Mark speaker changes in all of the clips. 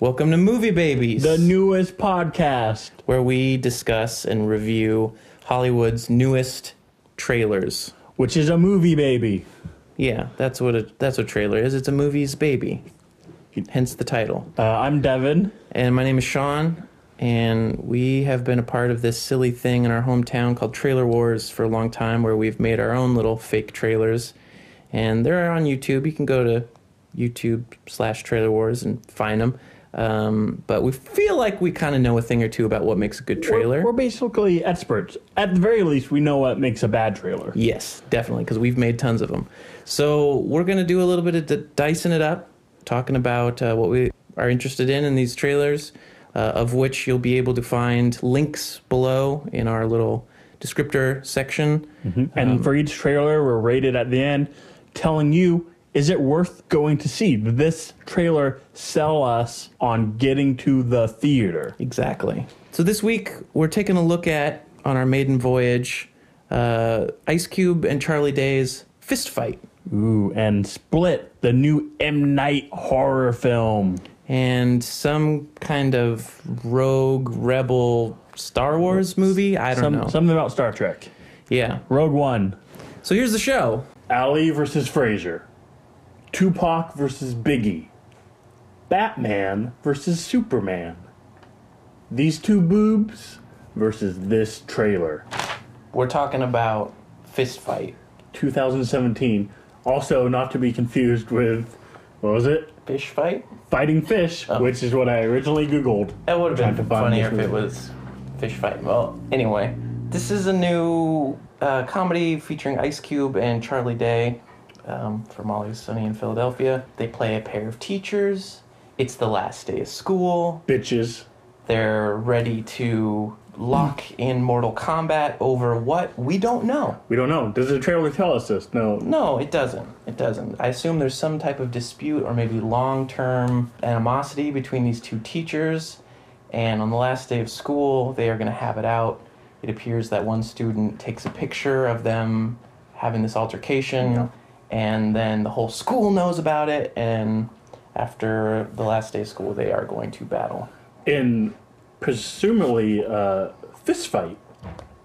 Speaker 1: Welcome to Movie Babies,
Speaker 2: the newest podcast.
Speaker 1: where we discuss and review Hollywood's newest trailers.
Speaker 2: which is a movie baby.
Speaker 1: Yeah, that's what a that's what a trailer is. It's a movie's baby, hence the title.
Speaker 2: Uh, I'm Devin.
Speaker 1: And my name is Sean, and we have been a part of this silly thing in our hometown called Trailer Wars for a long time, where we've made our own little fake trailers, and they're on YouTube. You can go to YouTube slash Trailer Wars and find them. Um, but we feel like we kind of know a thing or two about what makes a good
Speaker 2: We're-
Speaker 1: trailer.
Speaker 2: We're, basically experts. At the very least, we know what makes a bad trailer.
Speaker 1: Yes, definitely, because we've made tons of them. So we're going to do a little bit of d- dicing it up, talking about uh, what we are interested in in these trailers, uh, of which you'll be able to find links below in our little descriptor section. Mm-hmm.
Speaker 2: And
Speaker 1: Um,
Speaker 2: for each trailer, we're rated at the end, telling you is it worth going to see? Did this trailer sell us on getting to the theater?
Speaker 1: Exactly. So this week we're taking a look at on our maiden voyage, uh, Ice Cube and Charlie Day's fist fight.
Speaker 2: Ooh, and Split, the new M Night horror film.
Speaker 1: And some kind of rogue rebel Star Wars movie. I don't
Speaker 2: Some,
Speaker 1: know.
Speaker 2: Something about Star Trek.
Speaker 1: yeah.
Speaker 2: Rogue One.
Speaker 1: So here's the show.
Speaker 2: Ali versus Frazier, Tupac versus Biggie, Batman versus Superman, these two boobs versus this trailer,
Speaker 1: We're talking about fist fight,
Speaker 2: 2017. Also, not to be confused with what was it?
Speaker 1: fish fight.
Speaker 2: Fighting Fish, which is what I originally Googled.
Speaker 1: That would have
Speaker 2: Trying to
Speaker 1: been
Speaker 2: find
Speaker 1: funnier
Speaker 2: this
Speaker 1: if it
Speaker 2: movie.
Speaker 1: was fish fight. Well, anyway, this is a new uh, comedy featuring Ice Cube and Charlie Day um, from Always Sunny in Philadelphia. They play a pair of teachers. It's the last day of school.
Speaker 2: Bitches.
Speaker 1: They're ready to lock in Mortal Kombat over what we don't know.
Speaker 2: We don't know. Does the trailer tell us this? No.
Speaker 1: No, it doesn't. It doesn't. I assume there's some type of dispute or maybe long term animosity between these two teachers. And on the last day of school, they are going to have it out. It appears that one student takes a picture of them having this altercation, and then the whole school knows about it. And after the last day of school, they are going to battle.
Speaker 2: In presumably uh, fist fight,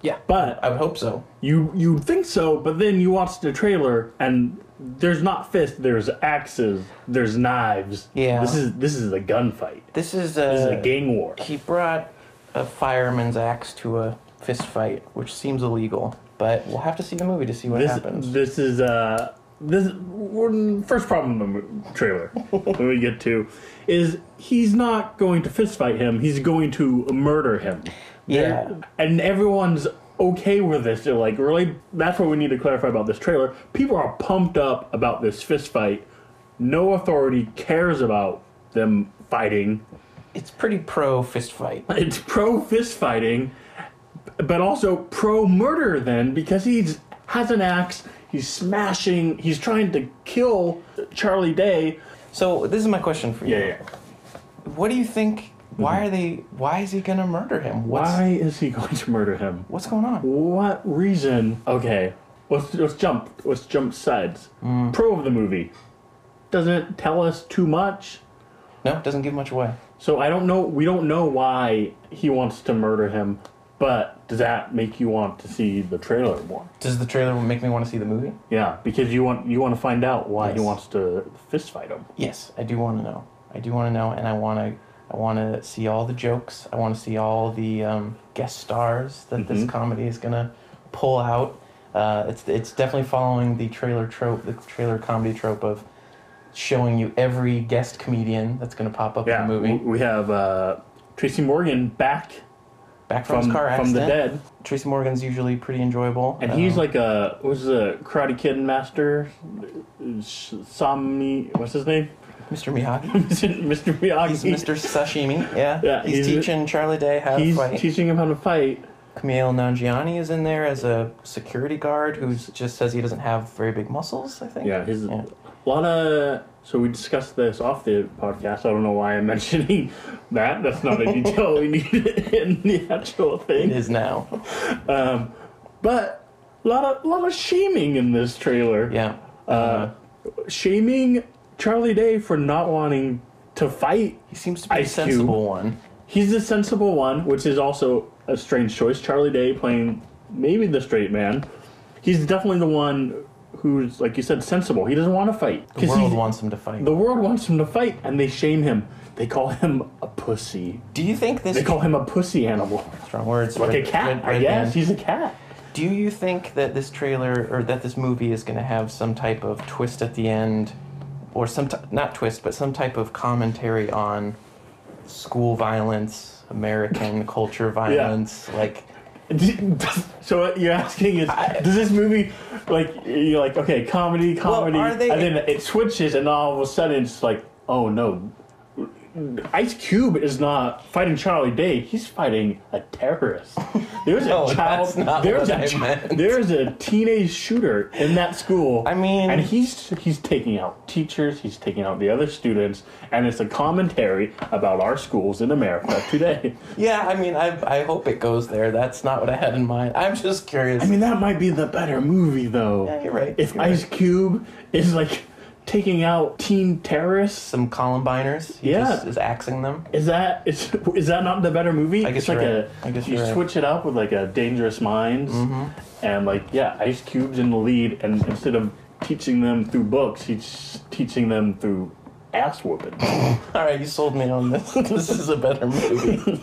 Speaker 1: Yeah.
Speaker 2: but
Speaker 1: I would hope so.
Speaker 2: You you think so, but then you watch the trailer and there's not fists, there's axes, there's knives.
Speaker 1: Yeah.
Speaker 2: This is this is a gunfight.
Speaker 1: This is
Speaker 2: This is a gang war.
Speaker 1: He brought a fireman's axe to a fist fight, which seems illegal. But we'll have to see the movie to see what
Speaker 2: This
Speaker 1: happens.
Speaker 2: this is uh this one first problem in the mo- trailer when we get to is he's not going to fist fight him, he's going to murder him.
Speaker 1: Yeah.
Speaker 2: And everyone's okay with this. They're like, really? That's what we need to clarify about this trailer. People are pumped up about this fist fight. No authority cares about them fighting.
Speaker 1: It's pretty pro fist fight.
Speaker 2: It's pro fist fighting, but also pro murder then because he's has an axe. He's smashing. He's trying to kill Charlie Day.
Speaker 1: So this is my question for you.
Speaker 2: yeah. Mm-hmm.
Speaker 1: What do you think? Why are they? Why is he gonna murder him? What's,
Speaker 2: Why is he going to murder him?
Speaker 1: What's going on?
Speaker 2: What reason? Okay, let's let's jump let's jump sides.
Speaker 1: Mm.
Speaker 2: Pro of the movie doesn't tell us too much,
Speaker 1: No, it doesn't give much away.
Speaker 2: so I don't know. We don't know why he wants to murder him, but does that make you want to see the trailer more?
Speaker 1: Does the trailer make me want to see the movie?
Speaker 2: Yeah, because you want you want to find out why he
Speaker 1: Yes.
Speaker 2: wants to fist fight him.
Speaker 1: Yes, I do want to know. I do want to know, and I want to. I want to see all the jokes. I want to see all the um, guest stars that
Speaker 2: Mm-hmm.
Speaker 1: this comedy is gonna pull out. Uh, it's it's definitely following the trailer trope, the trailer comedy trope of showing you every guest comedian that's gonna pop up in the
Speaker 2: w-
Speaker 1: movie.
Speaker 2: we have uh, Tracy Morgan back
Speaker 1: Back from,
Speaker 2: from
Speaker 1: his car
Speaker 2: from
Speaker 1: accident.
Speaker 2: the dead,
Speaker 1: Tracy Morgan's usually pretty enjoyable,
Speaker 2: and
Speaker 1: Um,
Speaker 2: he's like a what was the Karate Kid master, Sh- Sami. What's his name?
Speaker 1: Mr. Miyagi.
Speaker 2: Mr. Miyagi.
Speaker 1: He's Mr. Sashimi. Yeah,
Speaker 2: Yeah,
Speaker 1: he's,
Speaker 2: he's-
Speaker 1: teaching Charlie Day how
Speaker 2: He's
Speaker 1: to fight.
Speaker 2: teaching him how to fight.
Speaker 1: Kumail Nanjiani is in there as a security guard who just says he doesn't have very big muscles, I think.
Speaker 2: Yeah, his a lot of. So we discussed this off the podcast. I don't know why I'm mentioning that. That's not a detail we need in the actual
Speaker 1: It
Speaker 2: thing. Um,
Speaker 1: is now.
Speaker 2: But a lot of lot of shaming in this trailer.
Speaker 1: Yeah.
Speaker 2: Uh, shaming Charlie Day for not wanting to fight.
Speaker 1: He seems to be a
Speaker 2: Ice Cube.
Speaker 1: sensible one.
Speaker 2: He's the sensible one, which is also a strange choice. Charlie Day playing maybe the straight man. He's definitely the one who's, like you said, sensible. He doesn't want to fight.
Speaker 1: The
Speaker 2: 'Cause
Speaker 1: world
Speaker 2: he's-
Speaker 1: wants him to fight.
Speaker 2: the world wants him to fight, and they shame him. They call him a pussy.
Speaker 1: Do you think this
Speaker 2: They call him a pussy animal.
Speaker 1: strong words
Speaker 2: Like a
Speaker 1: red-
Speaker 2: cat,
Speaker 1: red-
Speaker 2: I
Speaker 1: red
Speaker 2: guess.
Speaker 1: man.
Speaker 2: He's a cat.
Speaker 1: Do you think that this trailer or that this movie is going to have some type of twist at the end, or some t- not twist, but some type of commentary on school violence, American culture violence? Like,
Speaker 2: So what you're asking is, does this movie, like, you're like, okay, comedy, comedy,
Speaker 1: are they-
Speaker 2: and then it switches, and all of a sudden it's like, oh no, Ice Cube is not fighting Charlie Day; he's fighting a terrorist. There's
Speaker 1: No,
Speaker 2: a child.
Speaker 1: that's not
Speaker 2: there's
Speaker 1: what
Speaker 2: a
Speaker 1: I
Speaker 2: chi-
Speaker 1: meant.
Speaker 2: there's a teenage shooter in that school.
Speaker 1: I mean-
Speaker 2: and he's he's taking out teachers, he's taking out the other students, and it's a commentary about our schools in America today.
Speaker 1: yeah, I mean, I I hope it goes there. That's not what I had in mind. I'm just curious.
Speaker 2: I mean, that might be the better movie, though.
Speaker 1: Yeah, you're right,
Speaker 2: If
Speaker 1: you're
Speaker 2: Ice Cube is like taking out teen terrorists,
Speaker 1: some Columbiners. He
Speaker 2: Yeah.
Speaker 1: just is axing them.
Speaker 2: is that is is that not the better movie?
Speaker 1: I guess
Speaker 2: it's like
Speaker 1: you're
Speaker 2: a
Speaker 1: right. I guess
Speaker 2: you
Speaker 1: you're right. Mm-hmm.
Speaker 2: switch it up with like a Dangerous Minds, and like yeah, Ice Cube's in the lead, and instead of teaching them through books, he's teaching them through ass whooping.
Speaker 1: All right, you sold me on this. this is a better movie.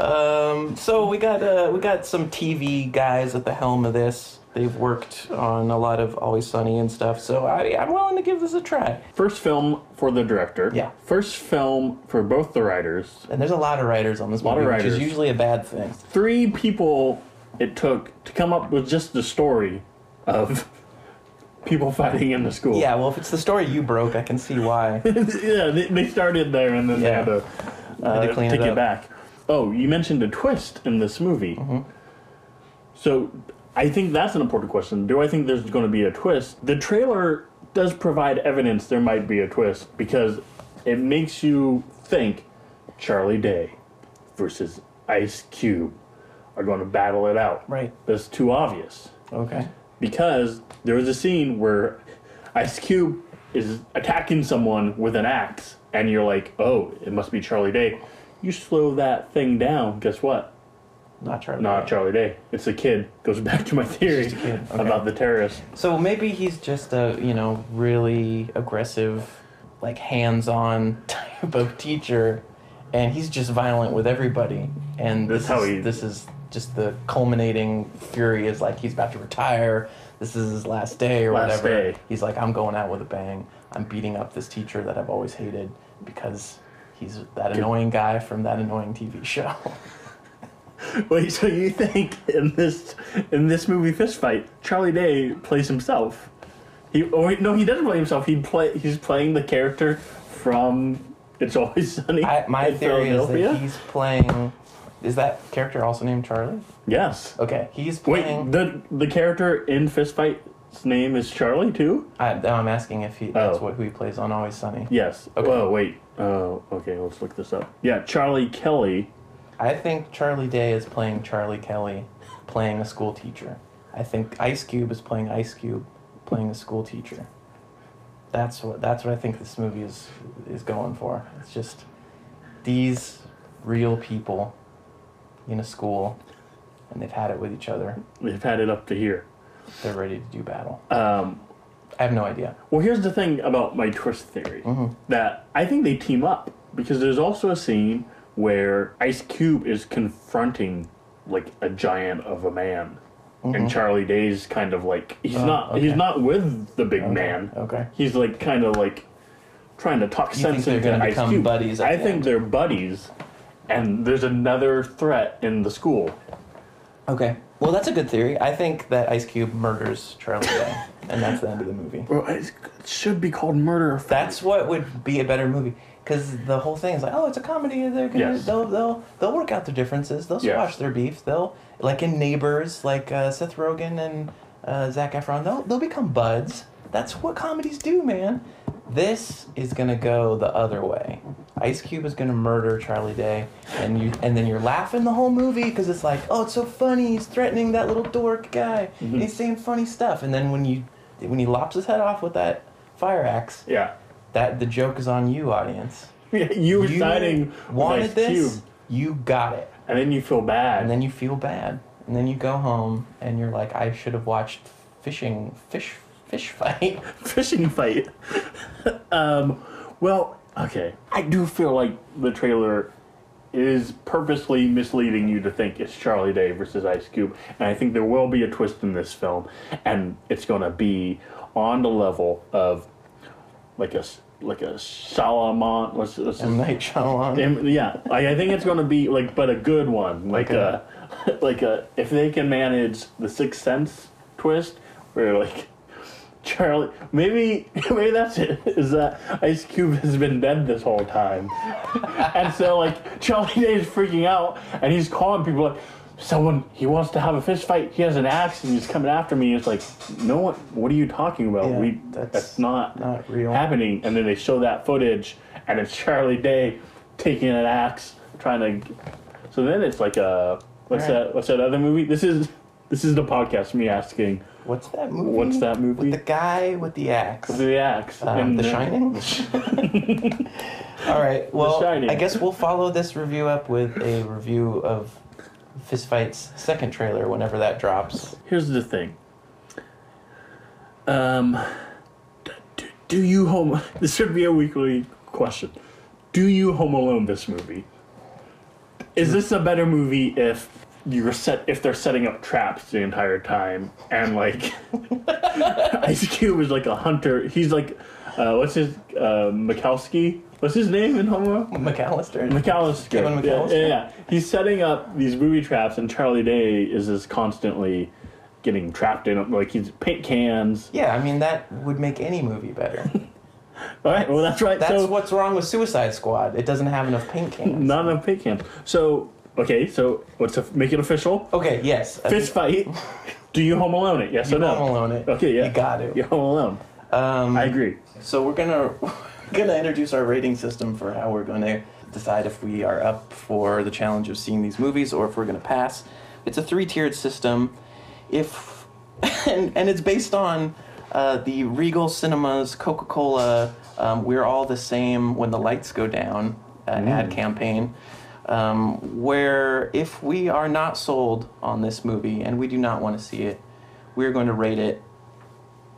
Speaker 1: um, so we got uh, we got some TV guys at the helm of this. They've worked on a lot of Always Sunny and stuff, so I, I'm willing to give this a try.
Speaker 2: First film for the director.
Speaker 1: Yeah.
Speaker 2: First film for both the writers.
Speaker 1: And there's a lot of writers on this
Speaker 2: Lot of
Speaker 1: movie, which is
Speaker 2: writers.
Speaker 1: usually a bad thing.
Speaker 2: three people it took to come up with just the story of people fighting in the school.
Speaker 1: Yeah, well, if it's the story you broke, I can see why.
Speaker 2: yeah, they, they started there and then
Speaker 1: Yeah.
Speaker 2: they had to, uh,
Speaker 1: Had to clean
Speaker 2: take
Speaker 1: it
Speaker 2: it,
Speaker 1: up.
Speaker 2: back. Oh, you mentioned a twist in this movie.
Speaker 1: Mm-hmm.
Speaker 2: So I think that's an important question. Do I think there's going to be a twist? The trailer does provide evidence there might be a twist because it makes you think Charlie Day versus Ice Cube are going to battle it out.
Speaker 1: Right.
Speaker 2: That's too obvious
Speaker 1: Okay.
Speaker 2: because there was a scene where Ice Cube is attacking someone with an axe, and you're like, oh, it must be Charlie Day. You slow that thing down, guess what?
Speaker 1: Not Charlie.
Speaker 2: Not Charlie Day. It's a kid. Goes back to my theory
Speaker 1: It's just a kid, okay.
Speaker 2: about the terrorist.
Speaker 1: So maybe he's just a, you know, really aggressive, like hands on type of teacher, and he's just violent with everybody. And this
Speaker 2: That's how
Speaker 1: is,
Speaker 2: he-
Speaker 1: this is just the culminating fury is like he's about to retire. This is his last day or
Speaker 2: Last
Speaker 1: whatever.
Speaker 2: day.
Speaker 1: He's like, I'm going out with a bang. I'm beating up this teacher that I've always hated because he's that annoying guy from that annoying TV show.
Speaker 2: Wait, so you think in this in this movie fist fight, Charlie Day plays himself? He or no, he doesn't play himself. He play he's playing the character from It's Always Sunny.
Speaker 1: I, my
Speaker 2: in
Speaker 1: theory is
Speaker 2: Philadelphia.
Speaker 1: that he's playing. Is that character also named Charlie?
Speaker 2: yes.
Speaker 1: Okay, he's
Speaker 2: Wait,
Speaker 1: playing.
Speaker 2: the the character in Fist Fight's name is Charlie too?
Speaker 1: I, now I'm asking if he, that's
Speaker 2: Oh.
Speaker 1: what who he plays on Always Sunny.
Speaker 2: Yes.
Speaker 1: Okay.
Speaker 2: Oh wait. Oh, okay. Let's look this up. Yeah, Charlie Kelly.
Speaker 1: I think Charlie Day is playing Charlie Kelly, playing a school teacher. I think Ice Cube is playing Ice Cube, playing a school teacher. That's what that's what I think this movie is is going for. It's just these real people in a school, and they've had it with each other.
Speaker 2: They've had it up to here.
Speaker 1: They're ready to do battle.
Speaker 2: Um,
Speaker 1: I have no idea.
Speaker 2: well, here's the thing about my twist theory that I think they team up because there's also a scene where Ice Cube is confronting like a giant of a man, and Charlie Day's kind of like he's
Speaker 1: Oh,
Speaker 2: not
Speaker 1: okay.
Speaker 2: he's not with the big man.
Speaker 1: Okay.
Speaker 2: He's like kind of like trying to talk
Speaker 1: You think
Speaker 2: sense
Speaker 1: they're
Speaker 2: into
Speaker 1: gonna
Speaker 2: Ice
Speaker 1: become
Speaker 2: Cube.
Speaker 1: buddies at
Speaker 2: I
Speaker 1: the
Speaker 2: think
Speaker 1: end?
Speaker 2: they're buddies, and there's another threat in the school.
Speaker 1: Okay. Well, that's a good theory. I think that Ice Cube murders Charlie Day, and that's the end of the movie.
Speaker 2: Well, it's- it should be called Murder. F-
Speaker 1: That's what would be a better movie. Because the whole thing is like, oh, it's a comedy. They're gonna,
Speaker 2: Yes.
Speaker 1: they'll, they'll, they'll work out their differences. They'll
Speaker 2: Yes.
Speaker 1: squash their beef. They'll, like in Neighbors, like uh, Seth Rogen and uh, Zach Efron, they'll, they'll become buds. That's what comedies do, man. This is gonna go the other way. Ice Cube is gonna murder Charlie Day, and you, and then you're laughing the whole movie because it's like, oh, it's so funny. He's threatening that little dork guy.
Speaker 2: Mm-hmm.
Speaker 1: He's saying funny stuff, and then when you, when he lops his head off with that fire axe,
Speaker 2: Yeah.
Speaker 1: That the joke is on you, audience.
Speaker 2: you
Speaker 1: You
Speaker 2: deciding
Speaker 1: wanted this. You got it,
Speaker 2: and then you feel bad.
Speaker 1: and then you feel bad, and then you go home and you're like, I should have watched fishing fish fish fight.
Speaker 2: fishing fight. um, well, okay. I do feel like the trailer is purposely misleading you to think it's Charlie Day versus Ice Cube, and I think there will be a twist in this film, and it's going to be on the level of like a s- like a Solomon. What's, what's
Speaker 1: M Night Shyamalan.
Speaker 2: um, yeah, like, I think it's going to be like, but a good one, like
Speaker 1: Okay.
Speaker 2: a, like a. If they can manage the Sixth Sense twist, where like Charlie, maybe maybe that's it. Is that Ice Cube has been dead this whole time, and so like Charlie Day is freaking out, and he's calling people like. Someone he wants to have a fist fight. He has an axe and he's coming after me. It's like, no, what? What are you talking about?
Speaker 1: Yeah,
Speaker 2: we
Speaker 1: that's
Speaker 2: that's not
Speaker 1: Not real.
Speaker 2: happening, and then they show that footage, and it's Charlie Day taking an axe, trying to. So then it's like a what's
Speaker 1: Alright.
Speaker 2: that? What's that other movie? This is this is the podcast. Me asking,
Speaker 1: What's that movie?
Speaker 2: what's that
Speaker 1: With
Speaker 2: movie?
Speaker 1: the guy with Mm. the axe.
Speaker 2: The axe.
Speaker 1: Um,
Speaker 2: and
Speaker 1: the
Speaker 2: then-
Speaker 1: Shining. All right. Well,
Speaker 2: Shining.
Speaker 1: I guess we'll follow this review up with a review of Fistfight's second trailer whenever that drops.
Speaker 2: Here's the thing. Um, d- do, do you home? This should be a weekly question. Do you home alone this movie? Is this a better movie if you're set if they're setting up traps the entire time and like Ice Cube is like a hunter. He's like, uh, what's his uh, Mikowski? What's his name in Home Alone?
Speaker 1: McAllister.
Speaker 2: McAllister.
Speaker 1: Kevin McAllister?
Speaker 2: Yeah, yeah, yeah. He's setting up these booby traps, and Charlie Day is just constantly getting trapped in them. Like he's paint cans.
Speaker 1: Yeah, I mean that would make any movie better.
Speaker 2: All right. Well, that's right.
Speaker 1: That's
Speaker 2: so
Speaker 1: what's wrong with Suicide Squad. It doesn't have enough paint cans.
Speaker 2: not enough paint cans. So okay. So what's a, make it official?
Speaker 1: Okay. Yes. I
Speaker 2: Fist
Speaker 1: think
Speaker 2: fight. Do you Home Alone it? Yes or no?
Speaker 1: Home Alone it.
Speaker 2: Okay. Yeah.
Speaker 1: You got to.
Speaker 2: You Home Alone.
Speaker 1: Um,
Speaker 2: I agree.
Speaker 1: So we're gonna we're gonna introduce our rating system for how we're gonna decide if we are up for the challenge of seeing these movies or if we're gonna pass. It's a three-tiered system. If and and it's based on uh, the Regal Cinemas Coca-Cola um, "We're All the Same When the Lights Go Down" uh, ad campaign. Um, where if we are not sold on this movie and we do not want to see it, we're going to rate it.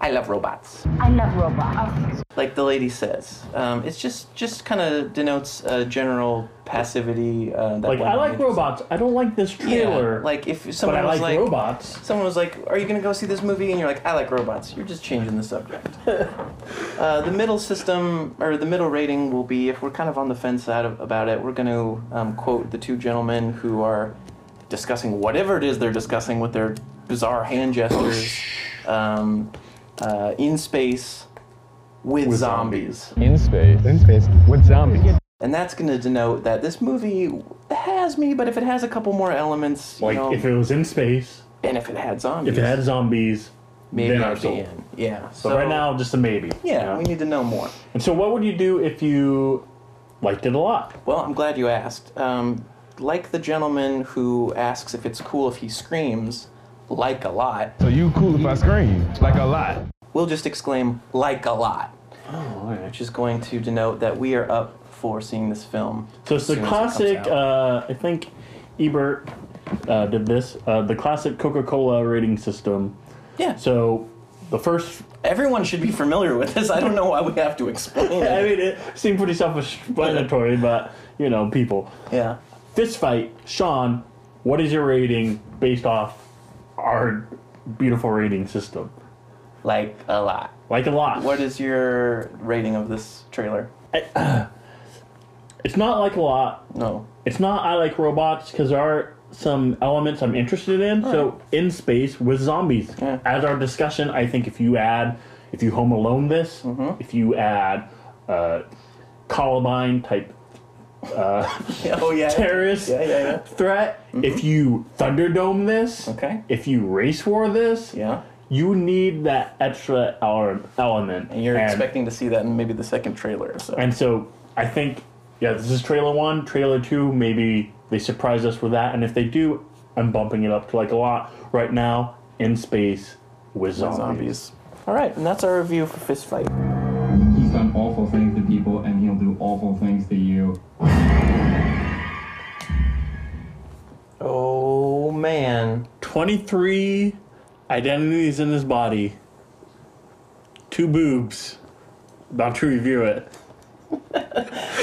Speaker 1: I love robots
Speaker 3: I love robots.
Speaker 1: like the lady says. Um, it's just just kind of denotes uh, general passivity. Uh, that
Speaker 2: Like
Speaker 1: went
Speaker 2: I
Speaker 1: on
Speaker 2: like
Speaker 1: in-
Speaker 2: robots. I don't like this
Speaker 1: Yeah,
Speaker 2: trailer.
Speaker 1: like if
Speaker 2: but
Speaker 1: someone
Speaker 2: I
Speaker 1: was
Speaker 2: like,
Speaker 1: like
Speaker 2: robots.
Speaker 1: someone was like, "Are you gonna go see this movie?" and you're like, "I like robots." You're just changing the subject. uh, the middle system or the middle rating will be if we're kind of on the fence out of, about it. We're gonna um, quote the two gentlemen who are discussing whatever it is they're discussing with their bizarre
Speaker 2: Oh,
Speaker 1: hand gestures um, uh, in space with,
Speaker 2: With
Speaker 1: zombies.
Speaker 4: in space. In space with zombies.
Speaker 1: And that's going to denote that this movie has me, but if it has a couple more elements, you
Speaker 2: Like
Speaker 1: know,
Speaker 2: if it was in space,
Speaker 1: and if it had zombies,
Speaker 2: if it had zombies,
Speaker 1: maybe
Speaker 2: then
Speaker 1: I'd
Speaker 2: I'm
Speaker 1: be
Speaker 2: sold.
Speaker 1: in. Yeah.
Speaker 2: But
Speaker 1: So
Speaker 2: right now, just a maybe.
Speaker 1: yeah, we need to know more.
Speaker 2: And so, what would you do if you liked it a lot?
Speaker 1: Well, I'm glad you asked. Um, like the gentleman who asks if it's cool if he screams, like a lot,
Speaker 4: So you cool if I scream like a lot.
Speaker 1: we'll just exclaim like a lot, which is going to denote that we are up for seeing this film.
Speaker 2: So it's
Speaker 1: as
Speaker 2: the
Speaker 1: soon as it comes
Speaker 2: classic.
Speaker 1: out.
Speaker 2: Uh, I think Ebert uh, did this. Uh, the classic Coca-Cola rating system.
Speaker 1: yeah. So
Speaker 2: So the first.
Speaker 1: everyone should be familiar with this. I don't know why we have to explain
Speaker 2: I
Speaker 1: it.
Speaker 2: mean, it seemed pretty self-explanatory, but you know, people.
Speaker 1: Yeah.
Speaker 2: Fist fight, Sean. What is your rating based off our beautiful rating system?
Speaker 1: Like a lot.
Speaker 2: Like a lot.
Speaker 1: What is your rating of this trailer?
Speaker 2: It's not like a lot.
Speaker 1: No.
Speaker 2: It's not I like robots because there are some elements I'm interested in. So in space with zombies,
Speaker 1: Yeah.
Speaker 2: as our discussion, I think if you add, if you Home Alone this,
Speaker 1: Mm-hmm.
Speaker 2: if you add uh, Columbine type
Speaker 1: Oh yeah.
Speaker 2: terrorist
Speaker 1: Yeah, yeah, yeah.
Speaker 2: threat, if you Thunderdome this,
Speaker 1: Okay.
Speaker 2: if you Race War this,
Speaker 1: Yeah.
Speaker 2: you need that extra ele- element.
Speaker 1: And you're expecting to see that in maybe the second trailer. So
Speaker 2: And so I think, yeah, this is trailer one, trailer two. Maybe they surprise us with that, and if they do, I'm bumping it up to like a lot right now. In space with zombies.
Speaker 1: zombies. All right, and that's our review for Fist Fight.
Speaker 5: He's done awful things
Speaker 1: Oh,
Speaker 2: 23 identities in his body, two boobs. About to review it.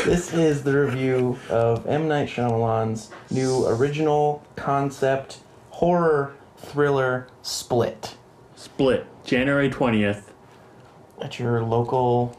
Speaker 1: This is the review of M. Night Shyamalan's new original concept horror thriller Split
Speaker 2: Split, January 20th.
Speaker 1: at your local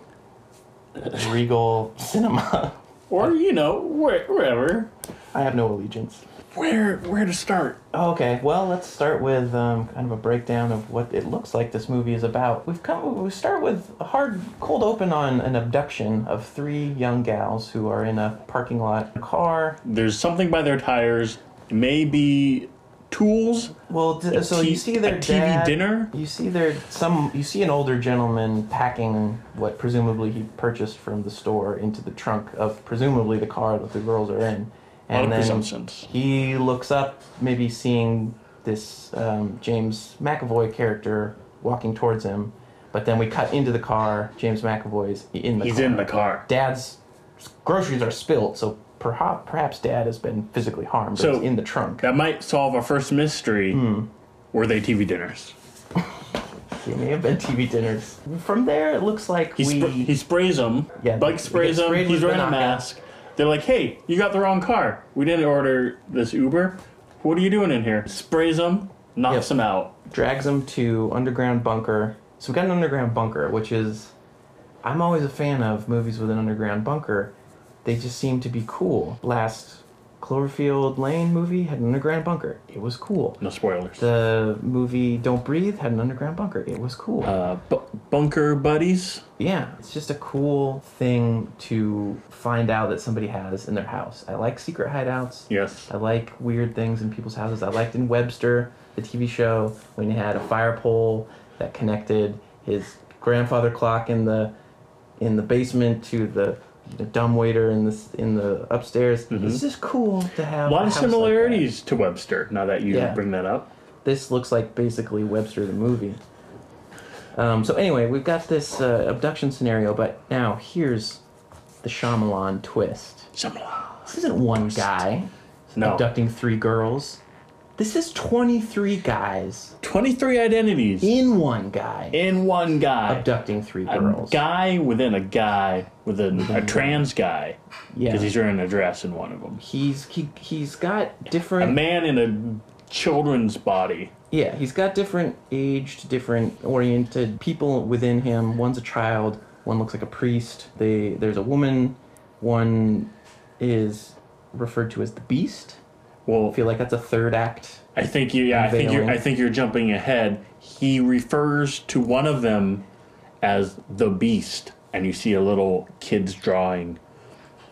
Speaker 1: Regal cinema.
Speaker 2: Or, you know, where, wherever.
Speaker 1: I have no allegiance.
Speaker 2: Where where to start?
Speaker 1: Oh, Okay, well, let's start with um, kind of a breakdown of what it looks like this movie is about. We've come, we start with a hard, cold open on an abduction of three young gals who are in a parking lot car.
Speaker 2: There's something by their tires, maybe tools,
Speaker 1: Well, d- so
Speaker 2: T-
Speaker 1: you see their
Speaker 2: a TV
Speaker 1: dad-
Speaker 2: dinner?
Speaker 1: You see there some. You see an older gentleman packing what presumably he purchased from the store into the trunk of presumably the car that the girls are in,
Speaker 2: a
Speaker 1: and
Speaker 2: lot of
Speaker 1: then
Speaker 2: presumptions.
Speaker 1: he looks up, maybe seeing this um, James McAvoy character walking towards him, but then we cut into the car. James McAvoy's in the
Speaker 2: He's
Speaker 1: car.
Speaker 2: in the car.
Speaker 1: Dad's groceries are spilled, so perhaps perhaps Dad has been physically harmed. but
Speaker 2: So-
Speaker 1: he's in the trunk.
Speaker 2: That might solve our first mystery.
Speaker 1: Hmm.
Speaker 2: Were they TV dinners?
Speaker 1: It may have been TV dinners. From there, it looks like
Speaker 2: He,
Speaker 1: we.
Speaker 2: spr- he sprays them.
Speaker 1: Yeah,
Speaker 2: Bug
Speaker 1: they-
Speaker 2: sprays
Speaker 1: they get
Speaker 2: them.
Speaker 1: sprayed
Speaker 2: He's
Speaker 1: with
Speaker 2: wearing a
Speaker 1: Banaka.
Speaker 2: mask. They're like, hey, you got the wrong car. We didn't order this Uber. What are you doing in here? Sprays them, knocks
Speaker 1: Yep.
Speaker 2: them out.
Speaker 1: drags him to underground bunker. So we got an underground bunker, which is, I'm always a fan of movies with an underground bunker. They just seem to be cool. Last Cloverfield Lane movie had an underground bunker. It was cool.
Speaker 2: No spoilers.
Speaker 1: The movie Don't Breathe had an underground bunker. It was cool.
Speaker 2: Uh, bu- bunker buddies.
Speaker 1: Yeah, it's just a cool thing to find out that somebody has in their house. I like secret hideouts.
Speaker 2: Yes.
Speaker 1: I like weird things in people's houses. I liked in Webster, the TV show, when he had a fire pole that connected his grandfather clock in the in the basement to the, the dumb waiter in the s- in the upstairs. It's just cool to have
Speaker 2: Mm-hmm. A lot
Speaker 1: house
Speaker 2: of
Speaker 1: like that.
Speaker 2: similarities to Webster. Now that you
Speaker 1: Yeah.
Speaker 2: bring that up.
Speaker 1: This looks like basically Webster the movie. Um, so anyway, we've got this uh, abduction scenario, but now here's the Shyamalan twist.
Speaker 2: Similar.
Speaker 1: This isn't one guy
Speaker 2: No.
Speaker 1: abducting three girls. This is 23 guys
Speaker 2: 23 identities
Speaker 1: in one guy
Speaker 2: in one guy.
Speaker 1: abducting three
Speaker 2: A
Speaker 1: girls.
Speaker 2: guy within a guy within a trans guy.
Speaker 1: yeah.
Speaker 2: Because he's wearing a dress in one of them.
Speaker 1: He's he, he's got
Speaker 2: A
Speaker 1: different
Speaker 2: man in a children's body.
Speaker 1: yeah he's got different aged different oriented people within him. One's a child. One looks like a priest. They there's a woman. One is referred to as the beast.
Speaker 2: Well,
Speaker 1: I feel like that's a third act.
Speaker 2: I think you. Yeah, I think you.
Speaker 1: Unveiling.
Speaker 2: I think you're jumping ahead. He refers to one of them as the beast, and you see a little kid's drawing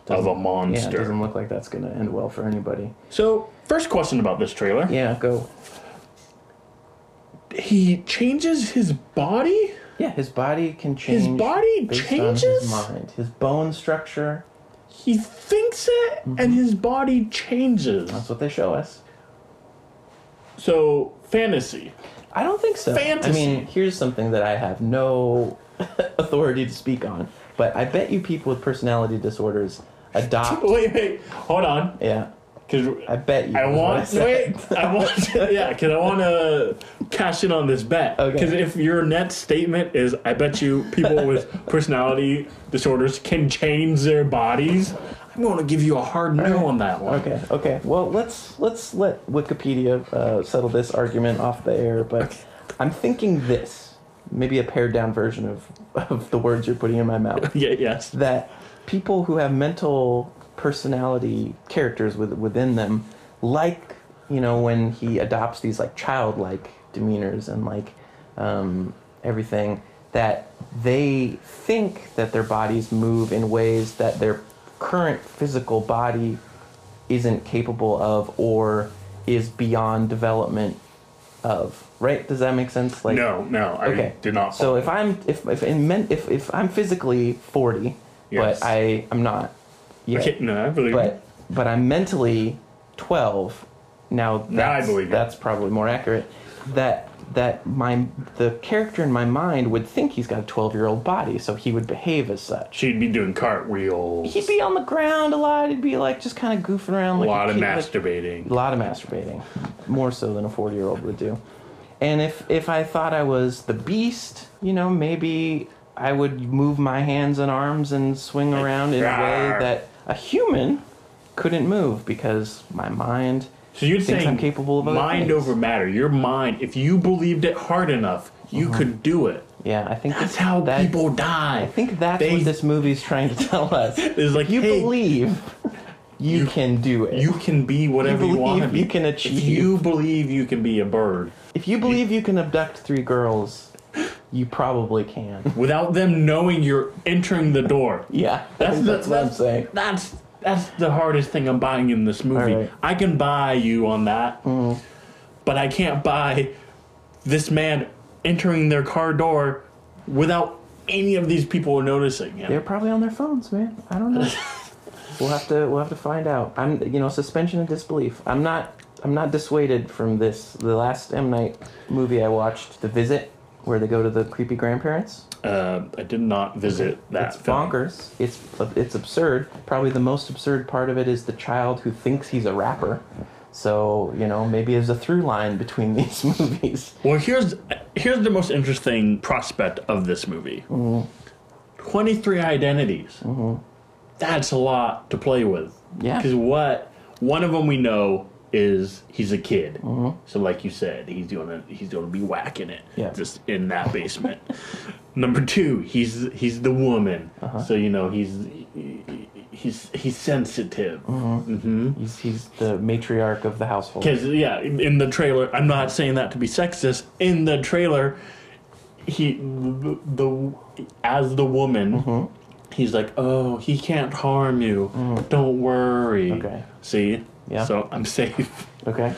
Speaker 2: of a
Speaker 1: Yeah, it
Speaker 2: monster.
Speaker 1: doesn't look like that's gonna end well for anybody.
Speaker 2: so, first question about this trailer:
Speaker 1: Yeah, go.
Speaker 2: He changes his body.
Speaker 1: Yeah, his body can change.
Speaker 2: body
Speaker 1: based On
Speaker 2: changes?
Speaker 1: his mind, his bone structure.
Speaker 2: He thinks it, and his body changes.
Speaker 1: Mm-hmm. That's what they show us.
Speaker 2: So, fantasy.
Speaker 1: I don't think so.
Speaker 2: Fantasy.
Speaker 1: I mean, here's something that I have no authority to speak on, but I bet you people with personality disorders adopt.
Speaker 2: Wait, wait, hold on,
Speaker 1: yeah,
Speaker 2: because
Speaker 1: I bet you.
Speaker 2: I
Speaker 1: is what
Speaker 2: want
Speaker 1: said.
Speaker 2: wait. I want yeah, because I want to cash in on this bet.
Speaker 1: Okay.
Speaker 2: Because if your net statement is, I bet you people with personality disorders can change their bodies. I'm going to give you a hard no on that one.
Speaker 1: Okay. Okay. Well, let's let's let Wikipedia uh, settle this argument off the air. But I'm thinking this, maybe a pared down version of of the words you're putting in my mouth.
Speaker 2: Yeah. Yes.
Speaker 1: that people who have mental personality characters with, within them like you know when he adopts these like childlike demeanors and like um, everything that they think that their bodies move in ways that their current physical body isn't capable of or is beyond development of right does that make sense like
Speaker 2: No. No. I
Speaker 1: Okay.
Speaker 2: did not.
Speaker 1: So if I'm if if in men, if if I'm physically forty,
Speaker 2: Yes.
Speaker 1: but I I'm not. Yet,
Speaker 2: okay, no, I believe.
Speaker 1: But but I'm mentally twelve. Now
Speaker 2: Now I
Speaker 1: that's,
Speaker 2: believe you.
Speaker 1: that's probably more accurate. that that my the character in my mind would think he's got a 12 year old body, so he would behave as such.
Speaker 2: She'd be doing cartwheels,
Speaker 1: He'd be on the ground a lot. He'd be like just kind of goofing around.
Speaker 2: a
Speaker 1: Like
Speaker 2: lot of
Speaker 1: kid, like-
Speaker 2: masturbating.
Speaker 1: a lot of masturbating, more so than a 40 year old would do. And if, if I thought I was the beast, you know, maybe I would move my hands and arms and swing around in a way
Speaker 2: "Rawr."
Speaker 1: that a human couldn't move because my mind.
Speaker 2: So you're
Speaker 1: Thinks
Speaker 2: saying
Speaker 1: I'm capable of other
Speaker 2: mind
Speaker 1: things.
Speaker 2: over matter. Your mind, if you believed it hard enough, you could do it.
Speaker 1: Yeah, I think
Speaker 2: That's how
Speaker 1: Uh-huh. that-
Speaker 2: people die.
Speaker 1: I think that's
Speaker 2: They-
Speaker 1: what this movie's trying to tell us.
Speaker 2: It's like,
Speaker 1: you
Speaker 2: hey,
Speaker 1: believe you,
Speaker 2: you-
Speaker 1: can do it.
Speaker 2: you can be whatever you,
Speaker 1: believe
Speaker 2: want to be.
Speaker 1: you can
Speaker 2: If
Speaker 1: achieve.
Speaker 2: you believe you can be a bird
Speaker 1: if you believe you can abduct three girls, you probably can.
Speaker 2: without them knowing you're entering the door.
Speaker 1: Yeah, I
Speaker 2: That's
Speaker 1: think
Speaker 2: the,
Speaker 1: that's what I'm saying.
Speaker 2: That's that's the hardest thing I'm buying in this movie.
Speaker 1: All right. Mm-hmm.
Speaker 2: I can buy you on that, but I can't buy this man entering their car door without any of these people noticing him.
Speaker 1: They're probably on their phones, man. I don't know. we'll have to we'll have to find out. I'm you know suspension of disbelief. I'm not I'm not dissuaded from this. The last M Night movie I watched, The Visit, where they go to the creepy grandparents.
Speaker 2: Uh, I did not visit that.
Speaker 1: It's
Speaker 2: film.
Speaker 1: bonkers. It's it's absurd. Probably the most absurd part of it is the child who thinks he's a rapper. So you know maybe there's a through line between these movies.
Speaker 2: Well, here's here's the most interesting prospect of this movie. Twenty-three identities. That's a lot to play with.
Speaker 1: Yeah.
Speaker 2: Because what one of them we know is he's a kid. So, like you said, he's gonna he's gonna be whacking it.
Speaker 1: Yeah.
Speaker 2: Just in that basement. Number two, he's he's the woman.
Speaker 1: Uh-huh.
Speaker 2: So you know he's he's he's sensitive.
Speaker 1: He's he's the matriarch of the household.
Speaker 2: Because yeah, in in the trailer, I'm not saying that to be sexist. In the trailer, he the, the as the woman,
Speaker 1: Mm-hmm.
Speaker 2: he's like, "Oh, he can't harm you. Don't worry."
Speaker 1: Mm. Okay.
Speaker 2: See.
Speaker 1: Yeah.
Speaker 2: So I'm safe.
Speaker 1: Okay.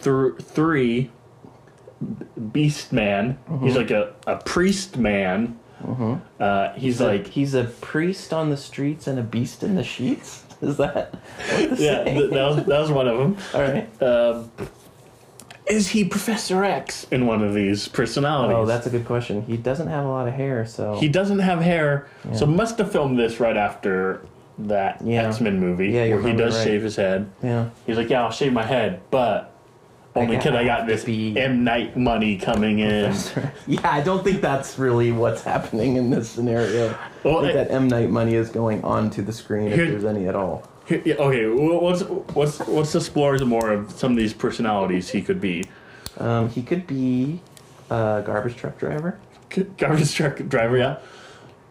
Speaker 2: Through three, Beast Man.
Speaker 1: Mm-hmm.
Speaker 2: He's like a, a priest man. Uh, he's like
Speaker 1: he's a priest on the streets and a beast in the sheets. Is that? What the
Speaker 2: yeah. Uh, th- that was that was one of them.
Speaker 1: All right.
Speaker 2: Is he Professor X in one of these personalities?
Speaker 1: oh, that's a good question. He doesn't have a lot of hair, so
Speaker 2: He doesn't have hair, so must have filmed this right after that
Speaker 1: Yeah.
Speaker 2: X Men movie
Speaker 1: Yeah, you're
Speaker 2: where he
Speaker 1: probably
Speaker 2: does
Speaker 1: right.
Speaker 2: shave his head.
Speaker 1: yeah.
Speaker 2: He's like, "Yeah, I'll shave my head, but only
Speaker 1: got-
Speaker 2: because I
Speaker 1: I
Speaker 2: got
Speaker 1: have to
Speaker 2: this
Speaker 1: be-
Speaker 2: M Night money coming in."
Speaker 1: Yeah, I don't think that's really what's happening in this scenario.
Speaker 2: Well,
Speaker 1: I think
Speaker 2: I-
Speaker 1: that M Night money is going onto the screen
Speaker 2: Here-
Speaker 1: if there's any at all.
Speaker 2: Here- yeah, okay, well, let's let's let's explore some more of some of these personalities he could be.
Speaker 1: Um, he could be a garbage truck driver.
Speaker 2: C- Garbage truck driver, yeah.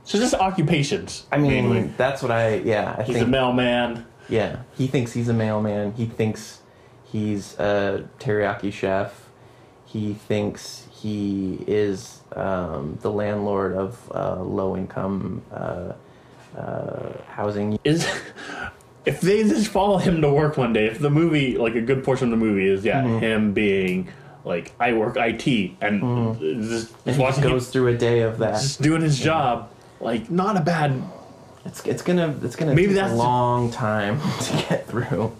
Speaker 2: So just occupations.
Speaker 1: I mean,
Speaker 2: mainly.
Speaker 1: that's what I yeah. I
Speaker 2: he's a
Speaker 1: think
Speaker 2: mailman.
Speaker 1: yeah. He thinks he's a mailman. He thinks he's a teriyaki chef. He thinks he is um, the landlord of uh, low income uh, uh, housing.
Speaker 2: is if they just follow him to work one day if the movie like a good portion of the movie is yeah
Speaker 1: Mm-hmm.
Speaker 2: him being like i work it and just,
Speaker 1: Mm-hmm. And
Speaker 2: just
Speaker 1: he just
Speaker 2: watching
Speaker 1: goes
Speaker 2: him
Speaker 1: through a day of that.
Speaker 2: just doing his job like not a bad
Speaker 1: It's, it's gonna it's gonna
Speaker 2: Maybe
Speaker 1: take
Speaker 2: that's-
Speaker 1: a long time to get through.